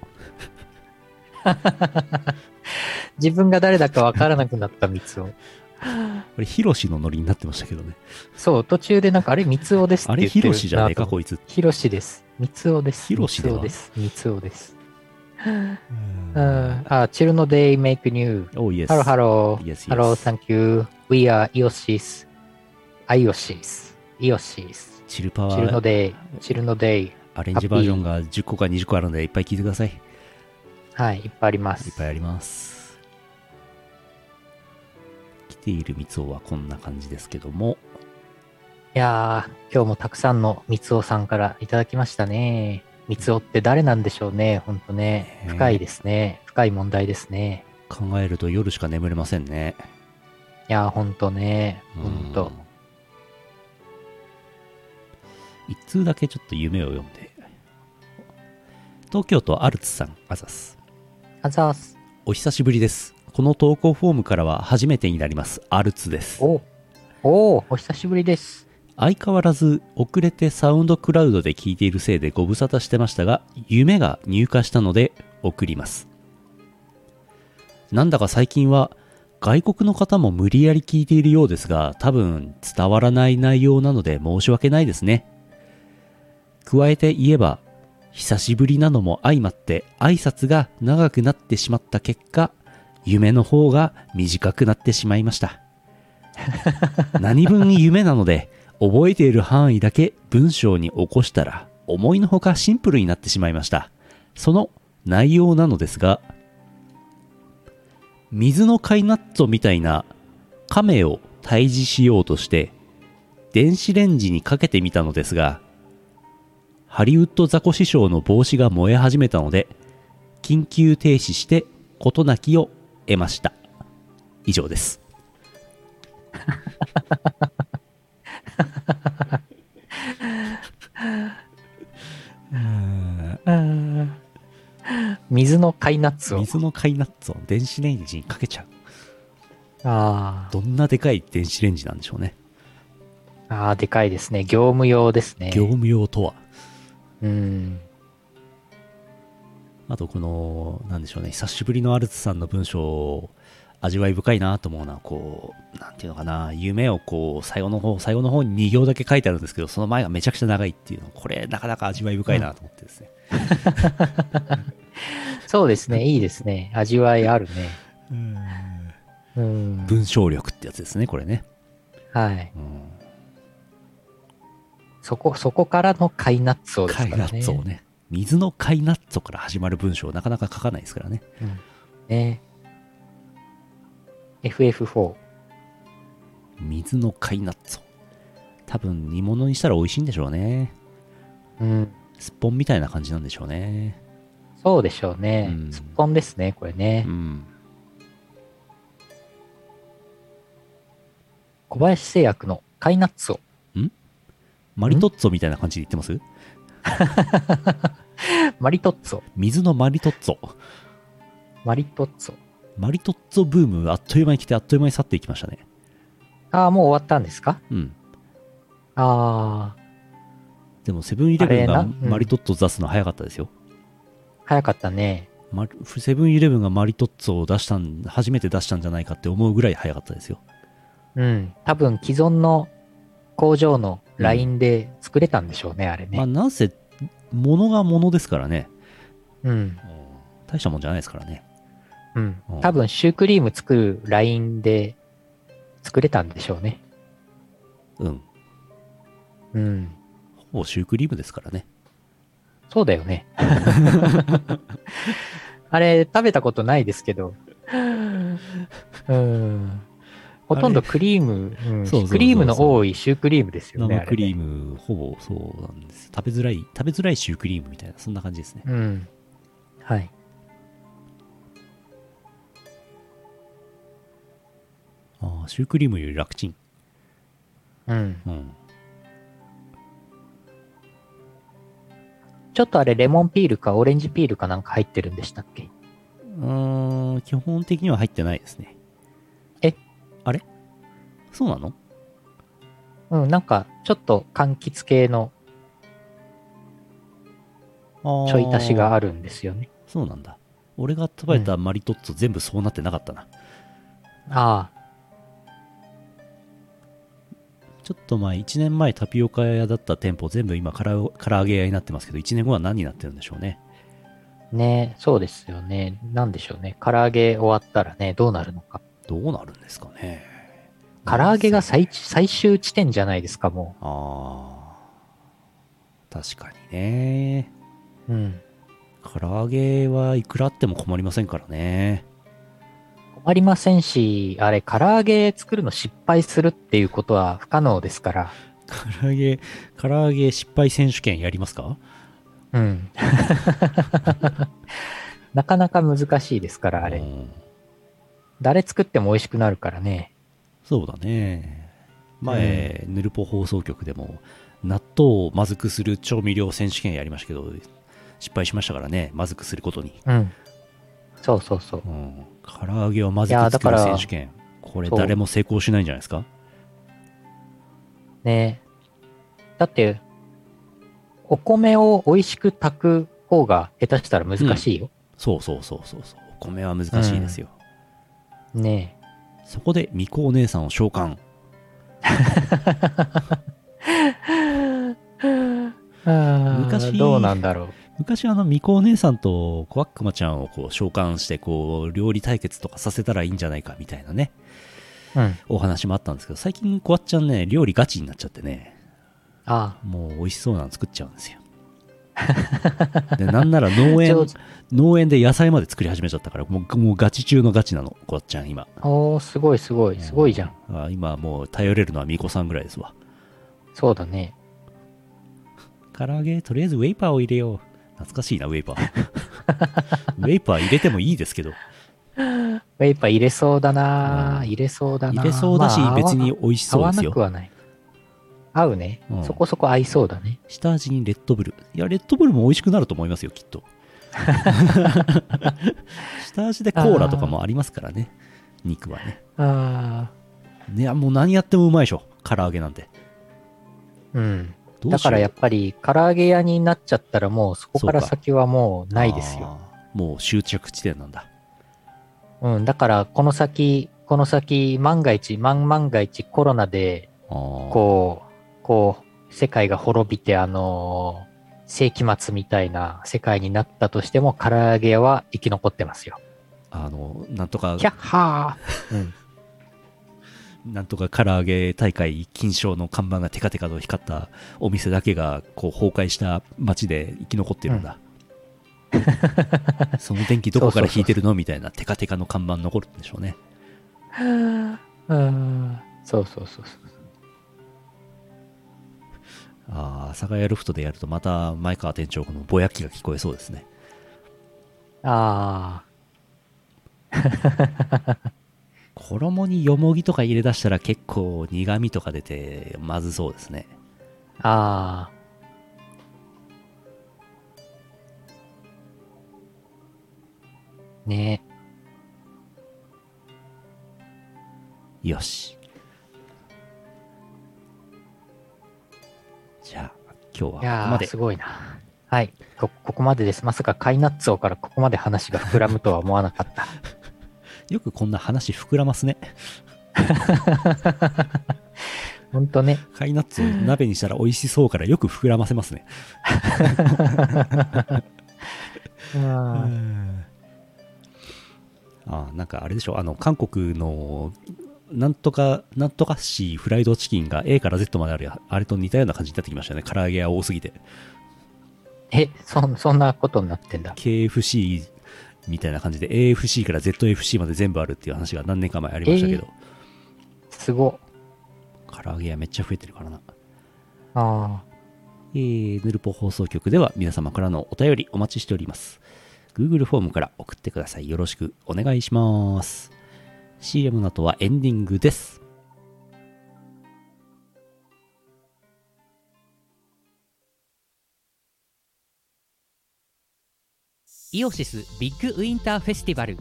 自分が誰だかわからなくなった三つ男。これヒロシのノリになってましたけどねそう、途中でなんか、あれ三つ男ですあってれ言ってヒるロシじゃねえかこいいつつ。ヒロシです。三つ男です。ヒロシでは三つ男です。三つ男です。うんうん。あ、チルノデイメイクニュー。おイエスハローハロー。 Yes, yes. ハロー、サンキュー。We are Eosis. Iosis. Eosis. チルパチルノワーデイ。チルノデイ。アレンジバージョンが10個か20個あるのでいっぱい聞いてくださいいはい、いっぱいあります。っぱいあります来ている三つおはこんな感じですけどもいやー、今日もたくさんの三つおさんからいただきましたね。三つおって誰なんでしょうね、ほんとねね。深いですね。深い問題ですね。考えると夜しか眠れませんねいやー、ほんとね。うほんと。一通だけちょっと夢を読んで東京都アルツさんあざすあざーす。お久しぶりですこの投稿フォームからは初めてになりますアルツですおおーお久しぶりです。相変わらず遅れてサウンドクラウドで聞いているせいでご無沙汰してましたが夢が入荷したので送りますなんだか最近は外国の方も無理やり聞いているようですが多分伝わらない内容なので申し訳ないですね加えて言えば久しぶりなのも相まって挨拶が長くなってしまった結果夢の方が短くなってしまいました何分夢なので覚えている範囲だけ文章に起こしたら思いのほかシンプルになってしまいましたその内容なのですが水のカイナッツォみたいな亀を退治しようとして電子レンジにかけてみたのですがハリウッドザコシショウの帽子が燃え始めたので緊急停止して事なきを得ました以上です水のカイナッツを。水のカイナッツを電子レンジにかけちゃうあーどんなでかい電子レンジなんでしょうね、あー、でかいですね。業務用ですね。業務用とはうん。あとこのなんでしょうね久しぶりのアルツさんの文章味わい深いなと思うのはこうなんていうのかな夢をこう最後の方最後の方に2行だけ書いてあるんですけどその前がめちゃくちゃ長いっていうのこれなかなか味わい深いなと思ってですね、そうですね。いいですね。味わいあるね。うん。文章力ってやつですねこれね、はい。うん、そこ、そこからのカイナッツをですからカイね。ナッツをね水のカイナッツォから始まる文章なかなか書かないですからねね。FF4。水のカイナッツォ多分煮物にしたら美味しいんでしょうねうん。すっぽんみたいな感じなんでしょうねそうでしょうねう。んすっぽんですね、これねう。ん小林製薬のカイナッツを。マリトッツォみたいな感じで言ってますマリトッツォ。水のマリトッツォマリトッツォ。マリトッツォブームあっという間に来てあっという間に去っていきましたねああ、もう終わったんですかうんああ、でもセブンイレブンあがれなうんマリトッツォ出すの早かったですよ早かったね。マリセブンイレブンがマリトッツォを出したん初めて出したんじゃないかって思うぐらい早かったですようん。多分既存の工場のラインで作れたんでしょうね、あれまあね。なんせ物が物ですからねうん。大したもんじゃないですからねうんうん。多分シュークリーム作るラインで作れたんでしょうね。うん。うん。ほぼシュークリームですからね。そうだよね。あれ、食べたことないですけど。うん。ほとんどクリーム、うんそうそうそうそうクリームの多いシュークリームですよね。生クリーム。ム、ほぼそうなんです。食べづらい、食べづらいシュークリームみたいな、そんな感じですね。うん。はい。ああ、シュークリームより楽ちん。うん。うん。ちょっとあれ、レモンピールかオレンジピールかなんか入ってるんでしたっけうーん、基本的には入ってないですね。えあれそうなのうん、なんか、ちょっと柑橘系のああ。ちょい足しがあるんですよね。そうなんだ。俺が食べたマリトッツォ全部そうなってなかったな。ああ、ちょっと前、1年前タピオカ屋だった店舗全部今から唐揚げ屋になってますけど、1年後は何になってるんでしょうね。ねそうですよね。なんでしょうね。唐揚げ終わったらね、どうなるのか。どうなるんですかね。唐揚げがあ最最終地点じゃないですか、もあー。確かにね。う。うん。唐揚げはいくらあっても困りませんからね。困りませんし、あれ、唐揚げ作るの失敗するっていうことは不可能ですから。唐揚げ、唐揚げ失敗選手権やりますかうん。 なかなか難しいですから、あうれ。ん誰作っても美味しくなるからね。そうだね。前、ヌルポ放送局でも、納豆をまずくする調味料選手権やりましたけど、失敗しましたからね、まずくすることに。うん。そうそうそう。うん。唐揚げをまずいやだく作かるら選手権。これそう誰も成功しないんじゃないですかねだって、お米を美味しく炊く方が下手したら難しいよ。そうそうそうそうそう。お米は難しいですよ。 ねそこで、みこお姉さんを召喚。昔昔どうなんだろう。昔あの、みこお姉さんとコアックマちゃんをこう召喚して、こう、料理対決とかさせたらいいんじゃないかみたいなね、うん。お話もあったんですけど、最近コアッちゃんね、料理ガチになっちゃってね、あもう美味しそうなの作っちゃうん ですよ。でなんなら農園上手、農園で野菜まで作り始めちゃったから、もうもうガチ中のガチなの、コアッちゃん今。あ。おー、すごいすごい。すごいじゃん。あ今もう頼れるのはみこさんぐらいですわ。そうだね。唐揚げ、とりあえずウェイパーを入れよう。懐かしいな、ウェイ パー。ウェイパー入れてもいいですけど。ウェイパー入れそうだな、うん入れそうだな入れそうだし、まあ別に美味し合そうわですなよく。はない。合うね、うんそこそこ合いそうだね。下味にレッドブル。いや、レッドブルも美味しくなると思いますよ、きっ と。下味でコーラとかもありますからね、肉はね。あいや、もう何やってもうまいでしょ、唐揚げなんて。あ。うん。どうしようだからやっぱり、唐揚げ屋になっちゃったらもう、そこからそうか先はもうないですよ。あー。もう終着地点なんだ。うん。だから、この先、この先、万が一、万万が一コロナで、あーこう、こう、世界が滅びて、あのー世紀末みたいな世界になったとしても、唐揚げ屋は生き残ってますよ。あの、なんとかキ、ャッハー、うん、なんとか唐揚げ大会金賞の看板がテカテカと光ったお店だけが、こう、崩壊した街で生き残ってるんだ。その電気どこから引いてるのみたいなテカテカの看板残るんでしょうね。 うんそうそうそうそう。 ああ、阿佐ヶ谷ロフトでやるとまた前川店長のぼやきが聞こえそうですね。あ衣によもぎとか入れ出したら結構苦味とか出てまずそうですね。あ、ああ。ねよし。じゃあ、今日はえ。ここいやまー、。ですごいな。はいこ。ここまでです。まさかカイナッツオからここまで話が膨らむとは思わなかった。よくこんな話膨らますね。ほんとね。カイナッツを鍋にしたら美味しそうからよく膨らませますね。うん。あーなんかあれでしょあの韓国のなんとか、なんとかしフライドチキンが A から Z まであるや、あれと似たような感じになってきましたね。唐揚げが多すぎて。え、そん、そんなことになってんだ。 KFC みたいな感じで AFC から ZFC まで全部あるっていう話が何年か前ありましたけど、すご。唐揚げ屋めっちゃ増えてるからな。あえー、ヌルポ放送局では皆様からのお便りお待ちしております。Google フォームから送ってください。よろしくお願いします。CM の後はエンディングです。イオシスビッグウィンターフェスティバル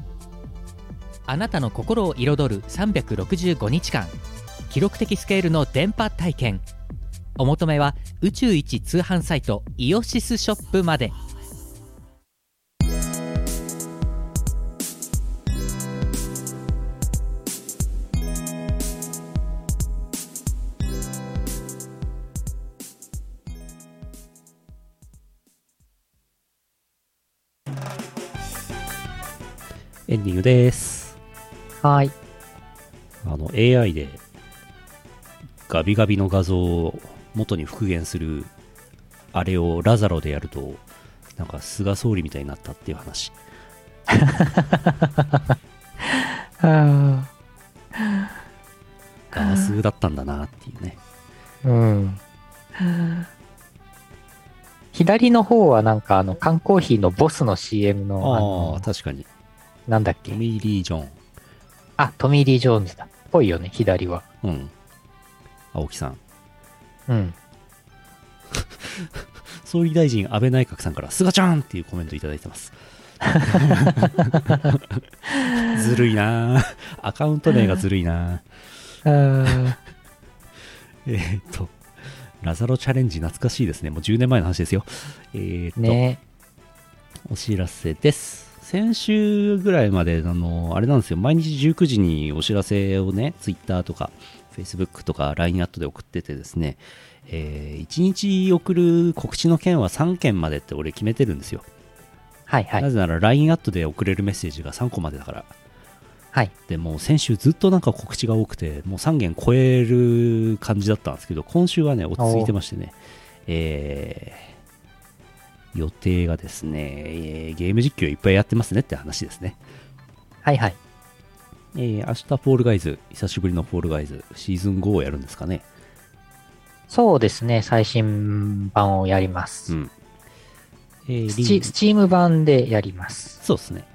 あなたの心を彩る365日間記録的スケールの電波体験お求めは宇宙一通販サイトイオシスショップまでエンディングです。あ。はーい。あの、AI でガビガビの画像を元に復元するあれをラザロでやると、なんか菅総理みたいになったっていう話。あガースだったんだなっていうね。あ。うん。左の方はなんかあの缶コーヒーのボスの CM のああのあ、確かに。なんだっトけミー・リー・ジョン。あ、トミー・リー・ジョーンズだ。ぽいよね、左は。うん。青木さん。うん。総理大臣安倍内閣さんから、菅ちゃんっていうコメントいただいてます。 ずるいなぁアカウント名がずるいなうぁん。えーっと、ラザロチャレンジ懐かしいですね。もう10年前の話ですよ。えーっと、ねお知らせです。先週ぐらいまで、あの、あれなんですよ。毎日19時にお知らせをね、Twitter とか、Facebook とか、LINE アットで送っててですね、えー1日送る告知の件は3件までって俺決めてるんですよ。はいは。ないぜなら LINE アットで送れるメッセージが3個までだから。はい。でもう先週ずっとなんか告知が多くて、もう3件超える感じだったんですけど、今週はね、落ち着いてましてね、えー予定がですね、えーゲーム実況いっぱいやってますねって話ですね。はいはい。えー明日、フォールガイズ、久しぶりのフォールガイズ、シーズン5をやるんですかね。そうですね、最新版をやりまうす。ん。えースリンチスチーム版でやります。そうですね。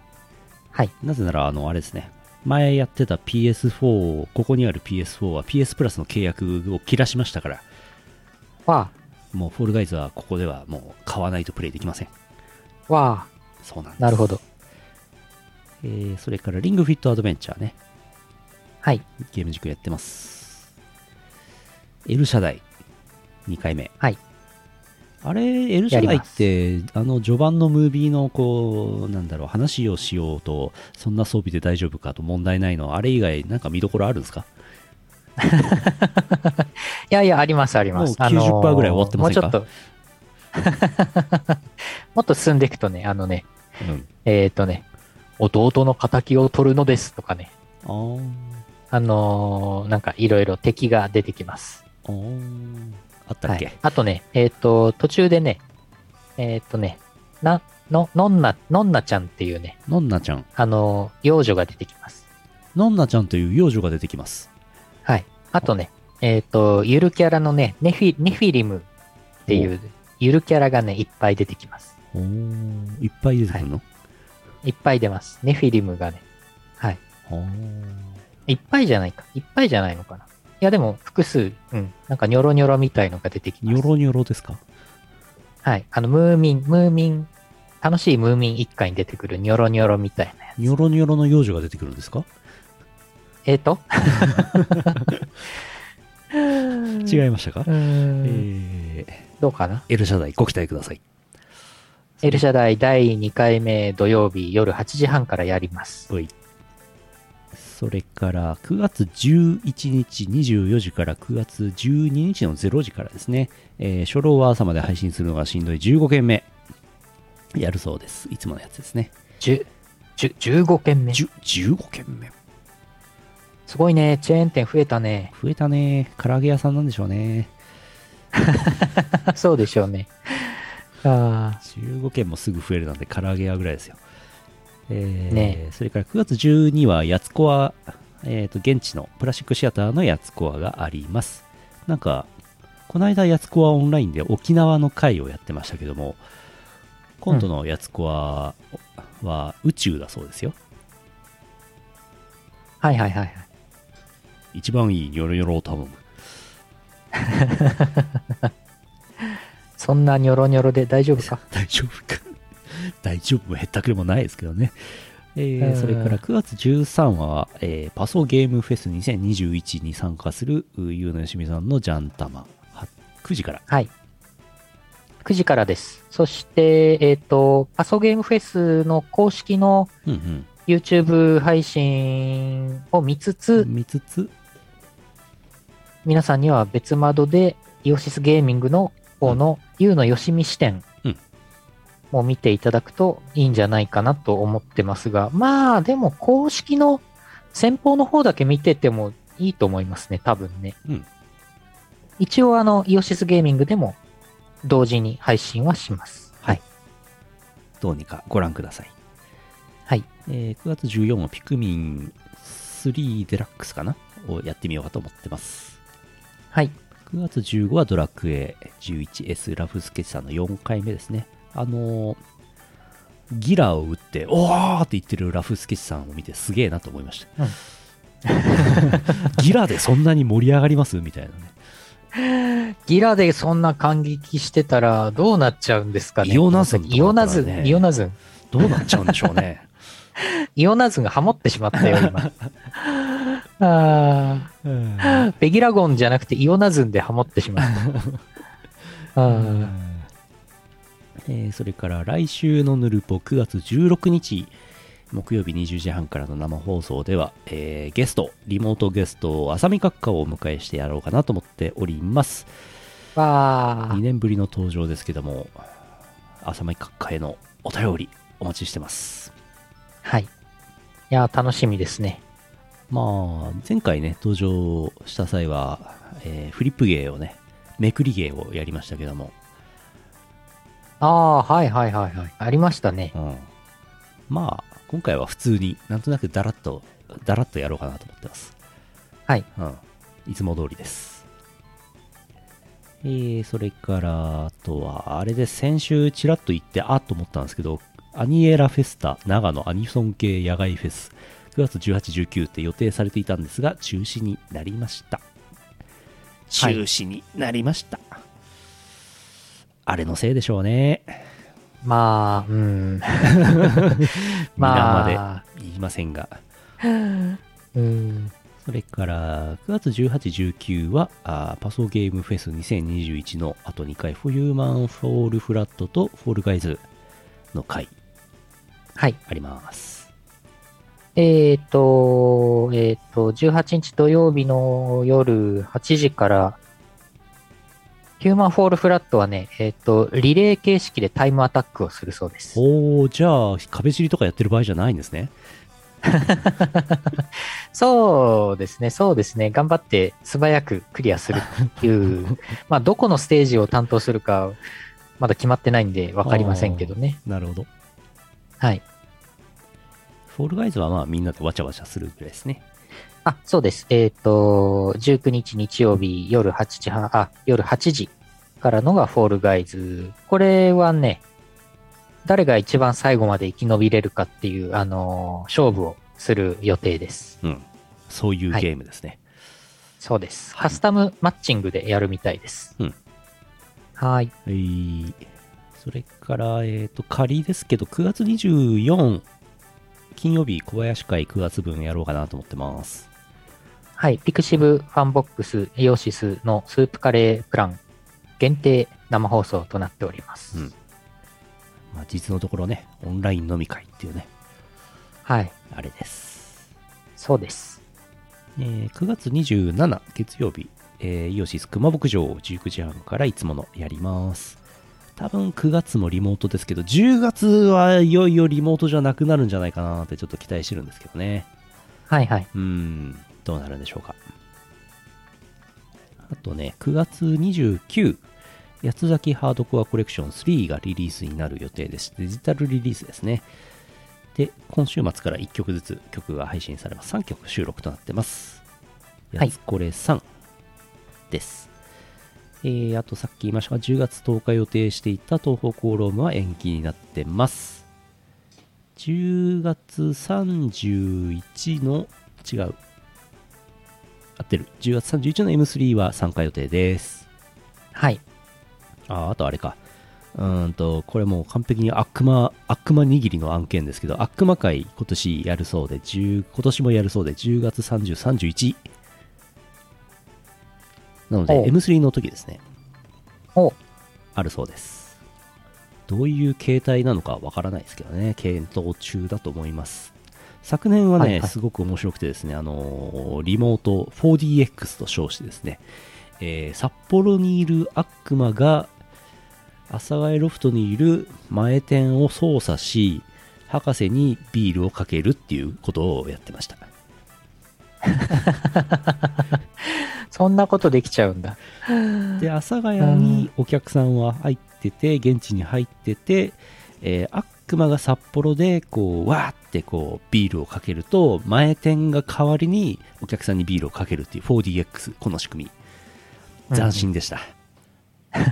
はい。なぜなら、あの、あれですね。前やってた PS4、ここにある PS4 は PS プラスの契約を切らしましたから、わもうフォールガイズはここではもう買わないとプレイできません。あ、わそうなんあ、です。なるほど。。えー、それからリングフィットアドベンチャーね。はい。ゲーム軸やってます。エルシャダイ、2回目。はい。あれ、エルシャダイって、あの、序盤のムービーの、こう、なんだろう、話をしようと、そんな装備で大丈夫かと問題ないの、あれ以外、なんか見どころあるんですかいやいや、あります、あります。もうあのー90%ぐらい終わってませんかもうちょっと。もっと 進んでいくとね、あのね、うん。えっ、ー、とね、弟の仇を取るのですとかね、あーあのーなんかいろいろ敵が出てきます。あー。あったっけ、はい、あとね、えっ、と、途中でね、えっ、とね、な、の、のんな、のんなちゃんっていうね、のんなちゃん。あのー幼女が出てきます。のんなちゃんという幼女が出てきます。はい。あとね、えっ、と、ゆるキャラのね、ネフィ、ネフィリムっていう、ゆるキャラがね、いっぱい出てきます。おーいっぱい出てくるの、いっぱい出ます。ネフィリムがね、はい。あーいっぱいじゃないか。いっぱいじゃないのかな。いや、でも、複数、うん。なんか、ニョロニョロみたいのが出てきます。ニョロニョロですかはい。あの、ムーミン、ムーミン、楽しいムーミン一家に出てくるニョロニョロみたいなやつ。ニョロニョロの幼女が出てくるんですかえっ、と 違いましたか、 うーん。えー、どうかな。エルシャダイご期待ください。エルシャダイ第2回目土曜日夜8時半からやります。はい。それから、9月11日24時から9月12日の0時からですね、えー初老は朝まで配信するのがしんどい15件目、やるそうです。いつものやつですね。 10、10 15件目。 10 15件目。すごいね、チェーン店増えたね。 増えたね。唐揚げ屋さんなんでしょうね。そうでしょうね。あ15件もすぐ増えるなんて唐揚げ屋ぐらいですよ。えーねそれから9月12はやつこわ、えーと現地のプラスチックシアターのやつこわがあります。なんか、この間やつこわオンラインで沖縄の会をやってましたけども、今度のやつこわは宇宙だそうですよ。あ、はいはいはいはい。一番いいニョロニョロを頼む。そんなニョロニョロで大丈夫か大丈夫か 大丈夫もへったくれもないですけどね、えーうんそれから9月13は、えーパソゲームフェス2021に参加するうゆうのよしみさんのジャンタマは9時からはい。9時からです。そして、えっ、と、パソゲームフェスの公式のうん YouTube 配信を見つうつ、ん見つつ皆さんには別窓でイオシスゲーミングの方の U のよしみ視点うんも見ていただくといいんじゃないかなと思ってますが、まあでも公式の先方の方だけ見ててもいいと思いますね、多分ね。うん一応あのイオシスゲーミングでも同時に配信はします。はい。どうにかご覧ください、はい。えー9月14はピクミン3デラックスかなをやってみようかと思ってますはい。 9月15はドラクエ 11S ラフスケッチさんの4回目ですね。あのーギラを打って、おーって言ってるラフスケッチさんを見てすげえなと思いました。うん ギラでそんなに盛り上がりますみたいなね。ギラでそんな感激してたらどうなっちゃうんですかね。イオナズンとかイオナズだったらン、ねイオナズン。どうなっちゃうんでしょう ね。イオナズンがハモってしまったよ、 今。あうんあ、ベギラゴンじゃなくてイオナズンでハモってしまった。あーえーそれから来週のヌルポ9月16日木曜日20時半からの生放送では、えーゲストリモートゲストを浅見閣下をお迎えしてやろうかなと思っておりますわ2年ぶりの登場ですけども浅見閣下へのお便りお待ちしてますあ、はい。いやー、楽しみですね。まあ前回ね登場した際は、えーフリップ芸をねめくり芸をやりましたけども、ああ、はいはいはいはい。ありましたね。うん、まあ今回は普通になんとなくだらっとだらっとやろうかなと思ってますはい。うん、いつも通りです。えー、それから、あとは、あれで先週ちらっと言って、あっと思ったんですけど、アニエラフェスタ長野アニソン系野外フェス、9月18、19って予定されていたんですが、中止になりました。中はい止になりました。あれのせいでしょうね。まあ、うん。皆まあ、まで言いませんが。うん。それから、9月18、19は、あーパソゲームフェス2021のあと2回、フォーユーマンフォールフラットとフォールガイズの回はい。あります。えっ、と、えっ、と、18日土曜日の夜8時から、ヒューマンフォールフラットはね、えっ、と、リレー形式でタイムアタックをするそうです。おー、じゃあ、壁尻とかやってる場合じゃないんですね。そうですね、そうですね。頑張って素早くクリアするって いう、まあ、どこのステージを担当するか、まだ決まってないんで分かりませんけどね。なるほど。はい。フォールガイズはまあみんなでわちゃわちゃするぐらいですね。あ、そうです。えっ、と、19日日曜日夜8時半、あ、夜8時からのがフォールガイズ。これはね、誰が一番最後まで生き延びれるかっていう、あのー勝負をする予定です。うん。そういうはいゲームですね。そうです。カスタムマッチングでやるみたいです。うんはい。はい。それから、えっ、と、仮ですけど、9月24、金曜日、小林会9月分やろうかなと思ってます。はい。ピクシブファンボックスイオシスのスープカレープラン限定生放送となっております。うんまあ、実のところね、オンライン飲み会っていうね、はい。あれです。そうです。えー9月27月曜日、えーイオシス熊牧場19時半からいつものやります。多分9月もリモートですけど、10月はいよいよリモートじゃなくなるんじゃないかなってちょっと期待してるんですけどね。はいはい。うん。どうなるんでしょうか。あとね、9月29、八つ咲きハードコアコレクション3がリリースになる予定です。デジタルリリースですね。で、今週末から1曲ずつ曲が配信されます。3曲収録となってます。はやいつこれ3です。えー、あとさっき言いましたが、10月10日予定していた東方コーロームは延期になってます。10月31の、違う。合ってる。10月31の M3 は参加予定です。はい。あー、あとあれか。うーんと、これもう完璧に悪魔、悪魔握りの案件ですけど、悪魔会今年やるそうで、10今年もやるそうで、10月30、31。なのおうで、M3 の時ですね。おうあるそうです。どういう形態なのかわからないですけどね、検討中だと思います。昨年はね、はいはいすごく面白くてですね、あのーリモート 4DX と称してですね、えー札幌にいる悪魔が、阿佐ヶ谷ロフトにいる前店を操作し、博士にビールをかけるっていうことをやってました。そんなことできちゃうんだ。で、阿佐ヶ谷にお客さんは入ってて、現地に入ってて、えー悪魔が札幌で、こう、わーってこう、ビールをかけると、前店が代わりにお客さんにビールをかけるっていう 4DX、この仕組み。斬新でした。今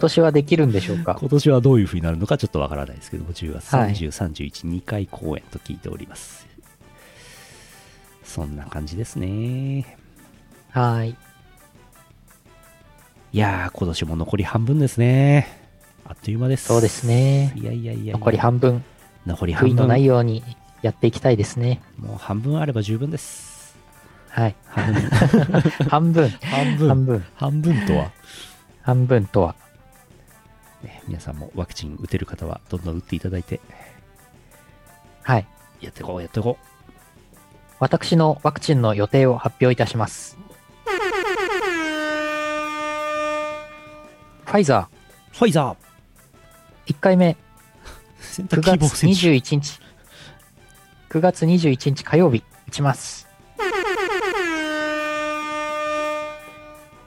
年はできるんでしょうか。今年はどういう風になるのかちょっとわからないですけども、10月30、はい31、2回公演と聞いております。そんな感じですね。はい。いやー、今年も残り半分ですね。あっという間です。そうですね。いやいやいやいや残り半分、残り悔半い分のないようにやっていきたいですね。もう半分あれば十分ですはい。半半分、分 半半分、 半分とは、半分とは。ね、皆さんもワクチン打てる方はどんどん打っていただいてはい。やっていこうやっていこ私のワクチンの予定を発表いたし ます。ファイザうファイザー、1回目、ー選9択希望月選手21日、9月21日火曜日、打ちます。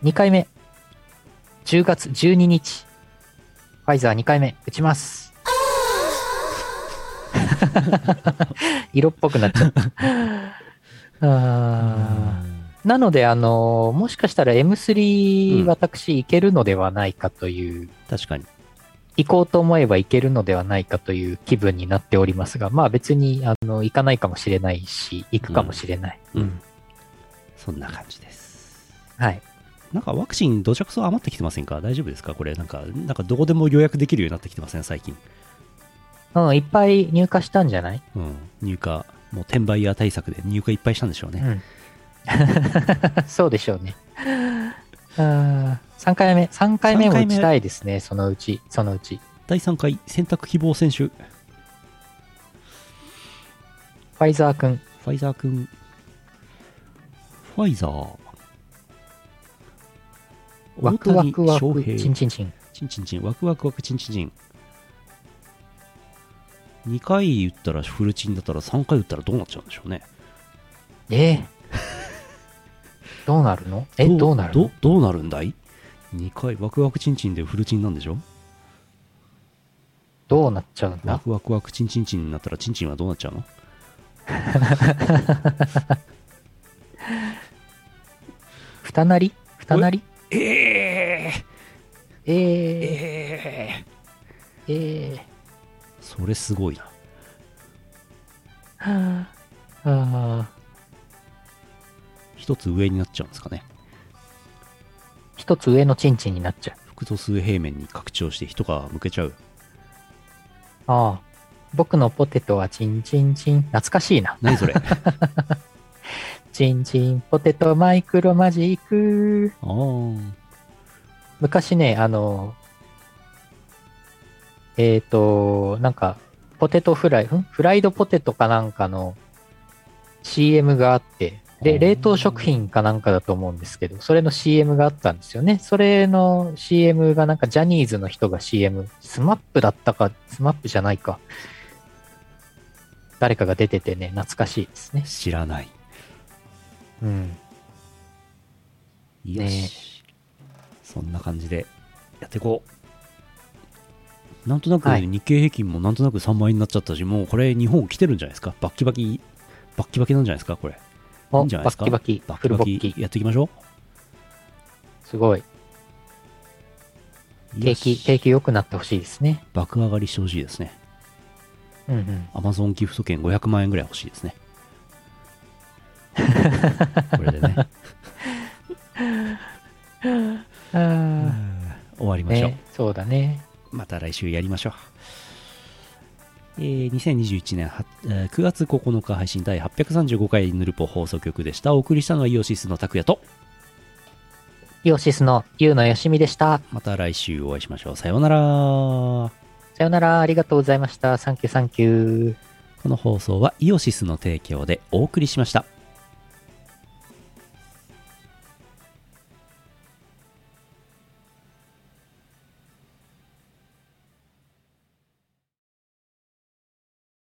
2回目、10月12日、ファイザー2回目、打ちます。 色っぽくなっちゃった。あーなので、あの、もしかしたら M3、うん私、いけるのではないかという確かに行こうと思えば行けるのではないかという気分になっておりますが、まあ別にあの行かないかもしれないし、行くかもしれない。うんそんな感じですはい。なんかワクチン土着層余ってきてませんか大丈夫ですかこれなんかなんかどこでも予約できるようになってきてません最近、うん、いっぱい入荷したんじゃない、うん、入荷もう転売屋対策で入荷いっぱいしたんでしょうね、うん。 そうでしょうね。あ3回目、3回目も打ちたいですね、そのうち、そのうち。第3回選択希望選手フファイザー君、ァイザーくんファイザーワクワクワ大ク、谷翔平チンチンチン。チンチンチン、ワクワクワクチンチンチン。2回打ったらフルチンだったら3回打ったらどうなっちゃうんでしょうね。えーどうなるのえ、どうなるのどどうなるんだい ?2 回、ワクワクチンチンでフルチンなんでしょどうなっちゃうんワだクワクワクチンチンチンになったらチンチンはどうなっちゃうの二なり二なりええええー、ええー。それすごいな。は ああー、一つ上になっちゃうんですかね。一つ上のチンチンになっちゃう。複素数平面に拡張して一皮むけちゃう。ああ。僕のポテトはチンチンチン。懐かしいな。何そ れあチンチンポテトマイクロマジック。あー。昔ね、あの、えっ、と、なんか、ポテトフライ、んフライドポテトかなんかの CM があって、ほうで、冷凍食品かなんかだと思うんですけど、それの CM があったんですよね。それの CM がなんかジャニーズの人が CM、スマップだったか、スマップじゃないか。誰かが出ててね、懐かしいですね。知らない。うん。よし、ねそんな感じでやっていこう。なんとなくね、はい日経平均もなんとなく3倍になっちゃったし、もうこれ日本来てるんじゃないですかバッキバキ、バッキバキなんじゃないですかこれ。いいお、んじゃないでバすッかキバキ、バッフキルバボッキキ、やっていきましょすごい。う。景よ気、し景気良くなってほしいですね。爆上がりしてほしいですね。うんうん。アマゾンギフト券500万円ぐらい欲しい ですね。これでね、 あ終わりあ、ましょう。ね、そうだね。また来週やりましょう。えー2021年はえー9月9日配信第835回ヌルポ放送局でした。お送りしたのはイオシスの拓也と、イオシスのユウのよしみでした。また来週お会いしましょう。さようなら。こさよなら、ありがとうございました。サンキューサンキュー。の放送はイオシスの提供でお送りしました。